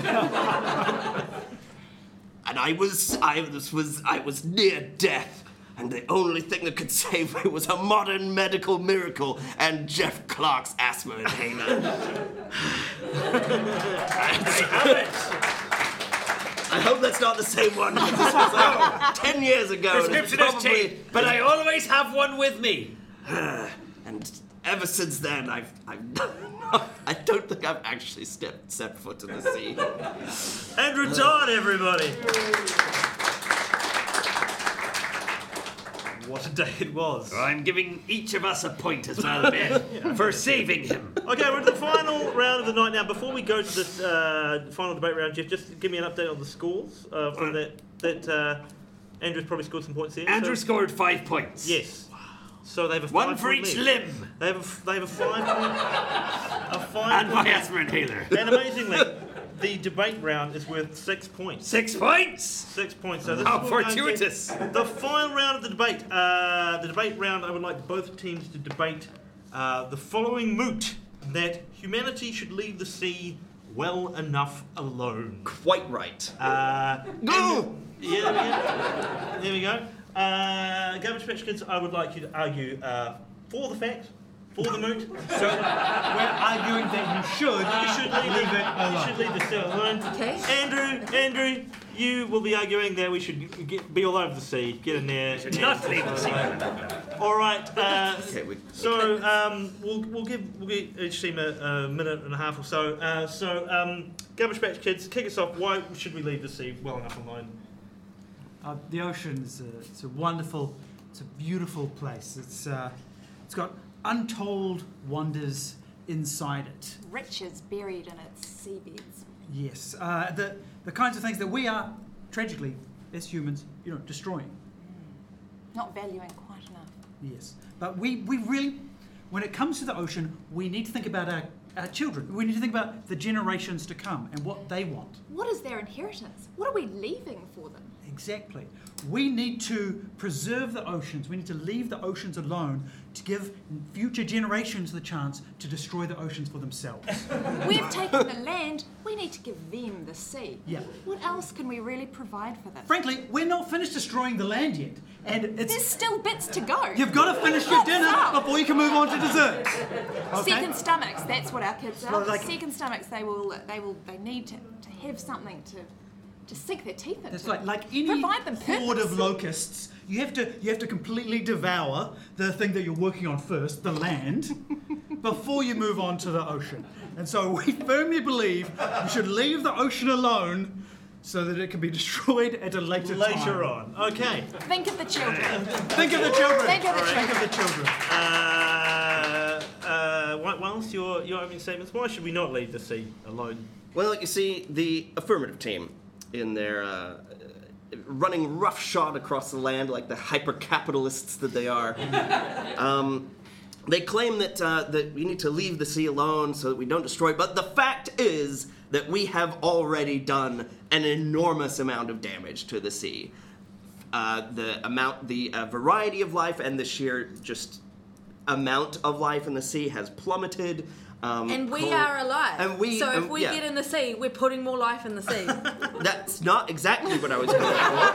Speaker 2: I was I was, was I was near death, and the only thing that could *laughs* save me was a modern medical miracle and Jeff Clark's asthma
Speaker 5: *laughs*
Speaker 2: inhaler. I hope that's not the same one. *laughs* 'cause This was uh, ten years ago. and it's
Speaker 5: Prescription is
Speaker 2: probably-
Speaker 5: cheap, but I always have one with me.
Speaker 2: And ever since then, I've, I've not, I don't think I've actually stepped set foot in the sea.
Speaker 1: Andrew Todd, everybody. What a day it was.
Speaker 5: I'm giving each of us a point as well, Ben, for saving him.
Speaker 1: Okay, we're at the final round of the night now. Before we go to this uh, final debate round, Jeff, just give me an update on the scores uh, from that. That uh, Andrew's probably scored some points here. so-
Speaker 5: Andrew scored five points.
Speaker 1: Yes. So they have a five
Speaker 5: One for
Speaker 1: point
Speaker 5: each
Speaker 1: lead.
Speaker 5: limb,
Speaker 1: They have a, f- they have a five point, a five
Speaker 5: and my
Speaker 1: point.
Speaker 5: asthma inhaler.
Speaker 1: And amazingly, the debate round is worth six points.
Speaker 5: Six points!
Speaker 1: Six points. So this
Speaker 5: How
Speaker 1: is what we're going to-
Speaker 5: Oh, fortuitous!
Speaker 1: The final round of the debate. Uh, the debate round, I would like both teams to debate uh, the following moot that humanity should leave the sea well enough alone.
Speaker 2: Quite right.
Speaker 1: Uh,
Speaker 2: Go!
Speaker 1: yeah, there we go. There we go. Uh, garbage Patch Kids, I would like you to argue uh, for the fact, for the moot. So
Speaker 3: We're arguing that you should,
Speaker 5: *laughs*
Speaker 1: you should leave,
Speaker 3: leave it
Speaker 1: the, you
Speaker 3: alone.
Speaker 1: should leave the sea alone.
Speaker 6: Okay.
Speaker 1: Andrew, Andrew, you will be arguing that we should get, be all over the sea. Get in there.
Speaker 5: Not leave the sea.
Speaker 1: All right. Uh,
Speaker 2: Okay, we,
Speaker 1: So um, we'll, we'll give we'll give each team a, a minute and a half or so. Uh, so um, Garbage Patch Kids, kick us off. Why should we leave the sea well enough alone?
Speaker 3: Uh, the ocean is a, it's a wonderful, it's a beautiful place. It's uh, it's got untold wonders inside it.
Speaker 4: Riches buried in its seabeds.
Speaker 3: Yes, uh, the the kinds of things that we are tragically, as humans, you know, destroying.
Speaker 4: Not valuing quite enough.
Speaker 3: Yes, but we we really, when it comes to the ocean, we need to think about our our children. We need to think about the generations to come and what they want.
Speaker 4: What is their inheritance? What are we leaving for them?
Speaker 3: Exactly. We need to preserve the oceans. We need to leave the oceans alone to give future generations the chance to destroy the oceans for themselves.
Speaker 4: We've taken the land, we need to give them the sea.
Speaker 3: Yeah.
Speaker 4: What else can we really provide for them?
Speaker 3: Frankly, we're not finished destroying the land yet, and
Speaker 4: There's
Speaker 3: it's
Speaker 4: still bits to go.
Speaker 3: you've got to finish your dinner
Speaker 4: What's up?
Speaker 3: before you can move on to dessert. Okay.
Speaker 4: Second stomachs, that's what our kids are.
Speaker 3: Well, like-
Speaker 4: Second stomachs, they will, they will, they need to, to have something to, to sink their teeth into.
Speaker 3: It's like like any
Speaker 4: Provide them
Speaker 3: horde of
Speaker 4: purpose.
Speaker 3: locusts. You have to you have to completely devour the thing that you're working on first, the
Speaker 4: *laughs*
Speaker 3: land, before you move on to the ocean. And so we firmly believe you should leave the ocean alone so that it can be *laughs* destroyed at a later,
Speaker 1: Later
Speaker 3: time.
Speaker 1: on. Okay.
Speaker 4: Think of the children.
Speaker 3: Think of the children.
Speaker 4: Think of the children.
Speaker 3: Think of the children.
Speaker 1: Uh, uh, wh- whilst your your opening statements, why should we not leave the sea alone?
Speaker 2: well, you see, the affirmative team in their uh, uh, running roughshod across the land like the hyper capitalists that they are. um, they claim that, uh, that we need to leave the sea alone so that we don't destroy it, but the fact is that we have already done an enormous amount of damage to the sea. Uh, the amount, the uh, variety of life, and the sheer just
Speaker 5: amount of life in the sea has plummeted. Um,
Speaker 6: And we
Speaker 5: coal-
Speaker 6: are alive.
Speaker 5: And we,
Speaker 6: so if
Speaker 5: and-
Speaker 6: we
Speaker 5: yeah.
Speaker 6: get in the sea, we're putting more life in
Speaker 5: *laughs*
Speaker 6: the sea.
Speaker 5: That's not exactly what I was going for.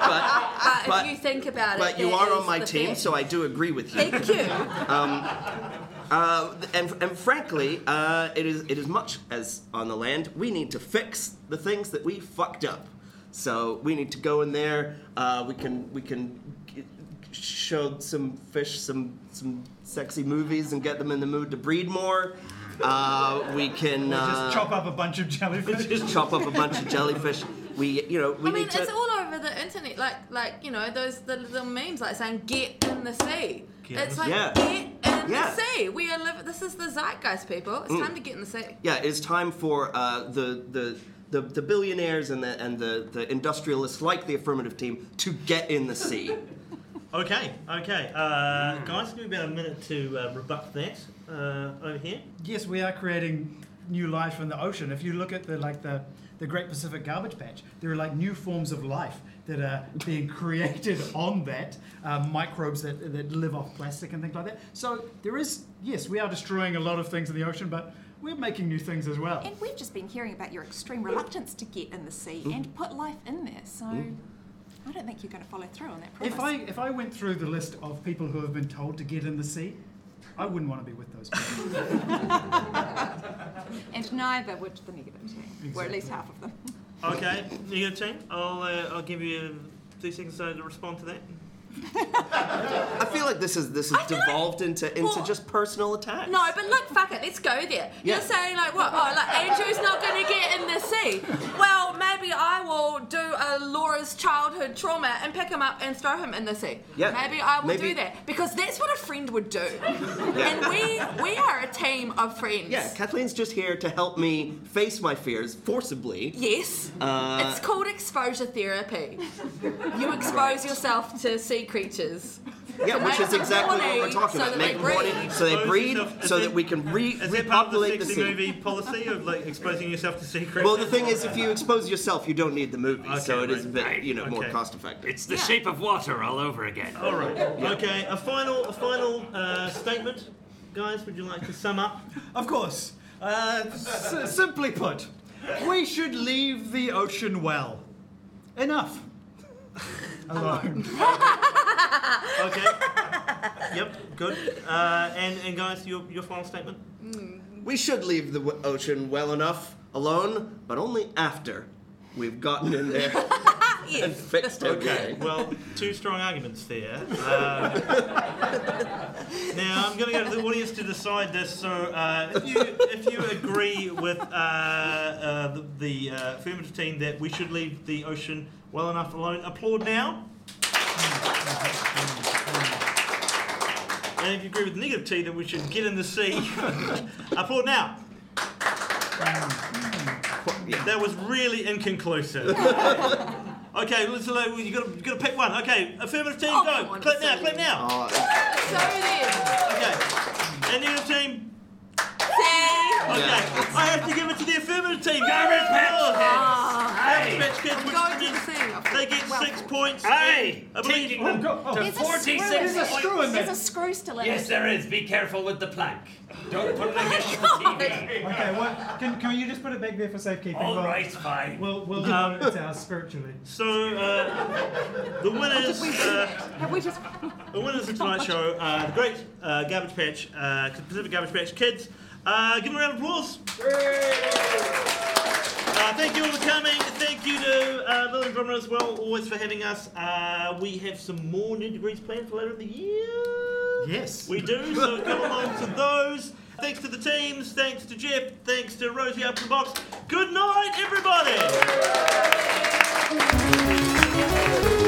Speaker 5: But,
Speaker 6: but,
Speaker 5: But-
Speaker 6: if you think about it,
Speaker 5: but you
Speaker 6: that
Speaker 5: are on
Speaker 6: is
Speaker 5: my
Speaker 6: the
Speaker 5: team,
Speaker 6: fact.
Speaker 5: so I do agree with you.
Speaker 6: Thank you.
Speaker 5: Uh, and, and frankly, uh, it is it is much as on the land. We need to fix the things that we fucked up. So we need to go in there. Uh, we can we can g- show some fish some some sexy movies and get them in the mood to breed more. Uh, we can uh,
Speaker 3: Just chop *laughs* up a bunch of jellyfish.
Speaker 5: just chop up a bunch of jellyfish. We you know we
Speaker 6: I mean,
Speaker 5: need to.
Speaker 6: it's all over the internet. Like, like you know, those the little memes like saying "get in the sea." it's like
Speaker 5: Yeah.
Speaker 6: get in
Speaker 5: Yeah. Mm.
Speaker 6: the sea. We are living. This is the zeitgeist, people. It's time to get in the sea.
Speaker 5: yeah, it is time for uh, the, the the the billionaires and the and the, the industrialists like the affirmative team to get in the sea.
Speaker 1: Okay, okay. Uh,
Speaker 5: Hmm.
Speaker 1: Guys, give me about a minute to uh, rebut that uh, over here.
Speaker 3: yes, we are creating new life from the ocean. If you look at the like the the Great Pacific Garbage Patch, there are like new forms of life that are being *laughs* created on that uh, microbes that that live off plastic and things like that. So there is yes, we are destroying a lot of things in the ocean, but we're making new things as well.
Speaker 4: And we've just been hearing about your extreme reluctance to get in the sea and put life in there, so I don't think you're going to follow through on that promise.
Speaker 3: Mm-hmm. If I if I went through the list of people who have been told to get in the sea, I wouldn't want to be with those people.
Speaker 4: And neither would the negative team, or at least half of them.
Speaker 1: Okay, you team. I'll uh, I'll give you two seconds uh, to respond to that.
Speaker 5: I feel like this is this is
Speaker 6: I feel like-
Speaker 5: devolved into into
Speaker 6: Well-
Speaker 5: just personal attacks.
Speaker 6: No, but look, fuck it, let's go there.
Speaker 5: Yeah.
Speaker 6: You're saying like what? Oh, like Andrew's not going to get in the sea. Well, maybe I will do a Laura's childhood trauma and pick him up and throw him in the sea.
Speaker 5: Yeah.
Speaker 6: Maybe I will
Speaker 5: Maybe-
Speaker 6: do that because that's what a friend would do. And we we are a team of friends.
Speaker 5: Yeah, Kathleen's just here to help me face my fears forcibly.
Speaker 6: Yes.
Speaker 1: Uh,
Speaker 6: it's called exposure therapy. You expose yourself to sea creatures.
Speaker 5: Yeah, which
Speaker 6: make
Speaker 5: is
Speaker 6: them
Speaker 5: exactly what
Speaker 6: horny
Speaker 5: we're talking
Speaker 6: so
Speaker 5: about.
Speaker 6: that
Speaker 5: Make
Speaker 6: they
Speaker 5: them horny
Speaker 6: breed.
Speaker 5: so they
Speaker 1: Expose
Speaker 5: breed,
Speaker 1: yourself- is
Speaker 5: so
Speaker 1: it-
Speaker 5: that we can re-
Speaker 1: Is that part of the
Speaker 5: repopulate the
Speaker 1: sexy
Speaker 5: sea.
Speaker 1: movie policy of like exposing yourself to secrets?
Speaker 5: Well, the thing is, if you expose yourself, you don't need the movie, so
Speaker 1: Okay,
Speaker 5: it is a
Speaker 1: right,
Speaker 5: bit,
Speaker 2: right,
Speaker 5: you know, more
Speaker 1: okay.
Speaker 5: cost effective.
Speaker 2: It's the
Speaker 6: Yeah.
Speaker 2: shape of water all over again.
Speaker 1: All right. Okay. A final a final uh, statement, guys. Would you like to sum up?
Speaker 3: Of course. Uh,
Speaker 4: *laughs*
Speaker 3: s- simply put, we should leave the ocean well.
Speaker 4: *laughs*
Speaker 3: Enough. Alone.
Speaker 1: Okay. yep. Good. Uh, and and guys, your your final statement.
Speaker 5: We should leave the w- ocean well enough alone, but only after we've gotten in there and fixed everything.
Speaker 1: Well, two strong arguments there. Uh, now I'm going to go to the audience to decide this. So uh, if you if you agree with uh, uh, the, the uh, affirmative team that we should leave the ocean well enough alone, applaud now. And if you agree with the negative team that we should get in the sea, *laughs* applaud now. That was really
Speaker 6: *laughs*
Speaker 1: inconclusive. Okay, let's uh, you got to got to pick one. Okay, affirmative team,
Speaker 6: Oh, come
Speaker 1: go.
Speaker 6: on,
Speaker 1: Clip now,
Speaker 6: it's
Speaker 1: clip now.
Speaker 5: Oh,
Speaker 6: So
Speaker 1: Okay,
Speaker 6: then,
Speaker 1: and negative team.
Speaker 6: see,
Speaker 1: Okay, I have to give it to the affirmative team. Go Red Patch Kids.
Speaker 2: Hey!
Speaker 1: Red Patch Kids, which
Speaker 6: Ah. go to the
Speaker 1: did-
Speaker 6: sea.
Speaker 1: they get six points.
Speaker 2: Hey!
Speaker 1: I believe-
Speaker 2: Taking them to
Speaker 4: Oh, There's a screw in
Speaker 2: 46
Speaker 4: there.
Speaker 2: points.
Speaker 3: in there.
Speaker 4: There's a screw still in
Speaker 2: Yes,
Speaker 4: it.
Speaker 2: there is. Be careful with the plank. Don't put it against the TV.
Speaker 3: Okay, what? Can, can you just put it back there for safekeeping?
Speaker 2: All
Speaker 3: We'll-
Speaker 2: right, fine.
Speaker 3: We'll,
Speaker 4: *laughs*
Speaker 3: we'll know it's ours spiritually.
Speaker 1: Oh. So uh, the winners. Uh,
Speaker 4: Have we just.
Speaker 1: The winners of tonight's show are the great uh, Garbage Patch, uh, Pacific Garbage Patch Kids. Uh, give them a round of applause. Uh, thank you all for coming. Thank you to uh, Lily Drummer as well, always for having us. Uh, we have some more new degrees planned for later in the year.
Speaker 3: Yes.
Speaker 1: We do, so come along to those. Thanks to the teams, thanks to Jeff, thanks to Rosie Up the Box. Good night, everybody!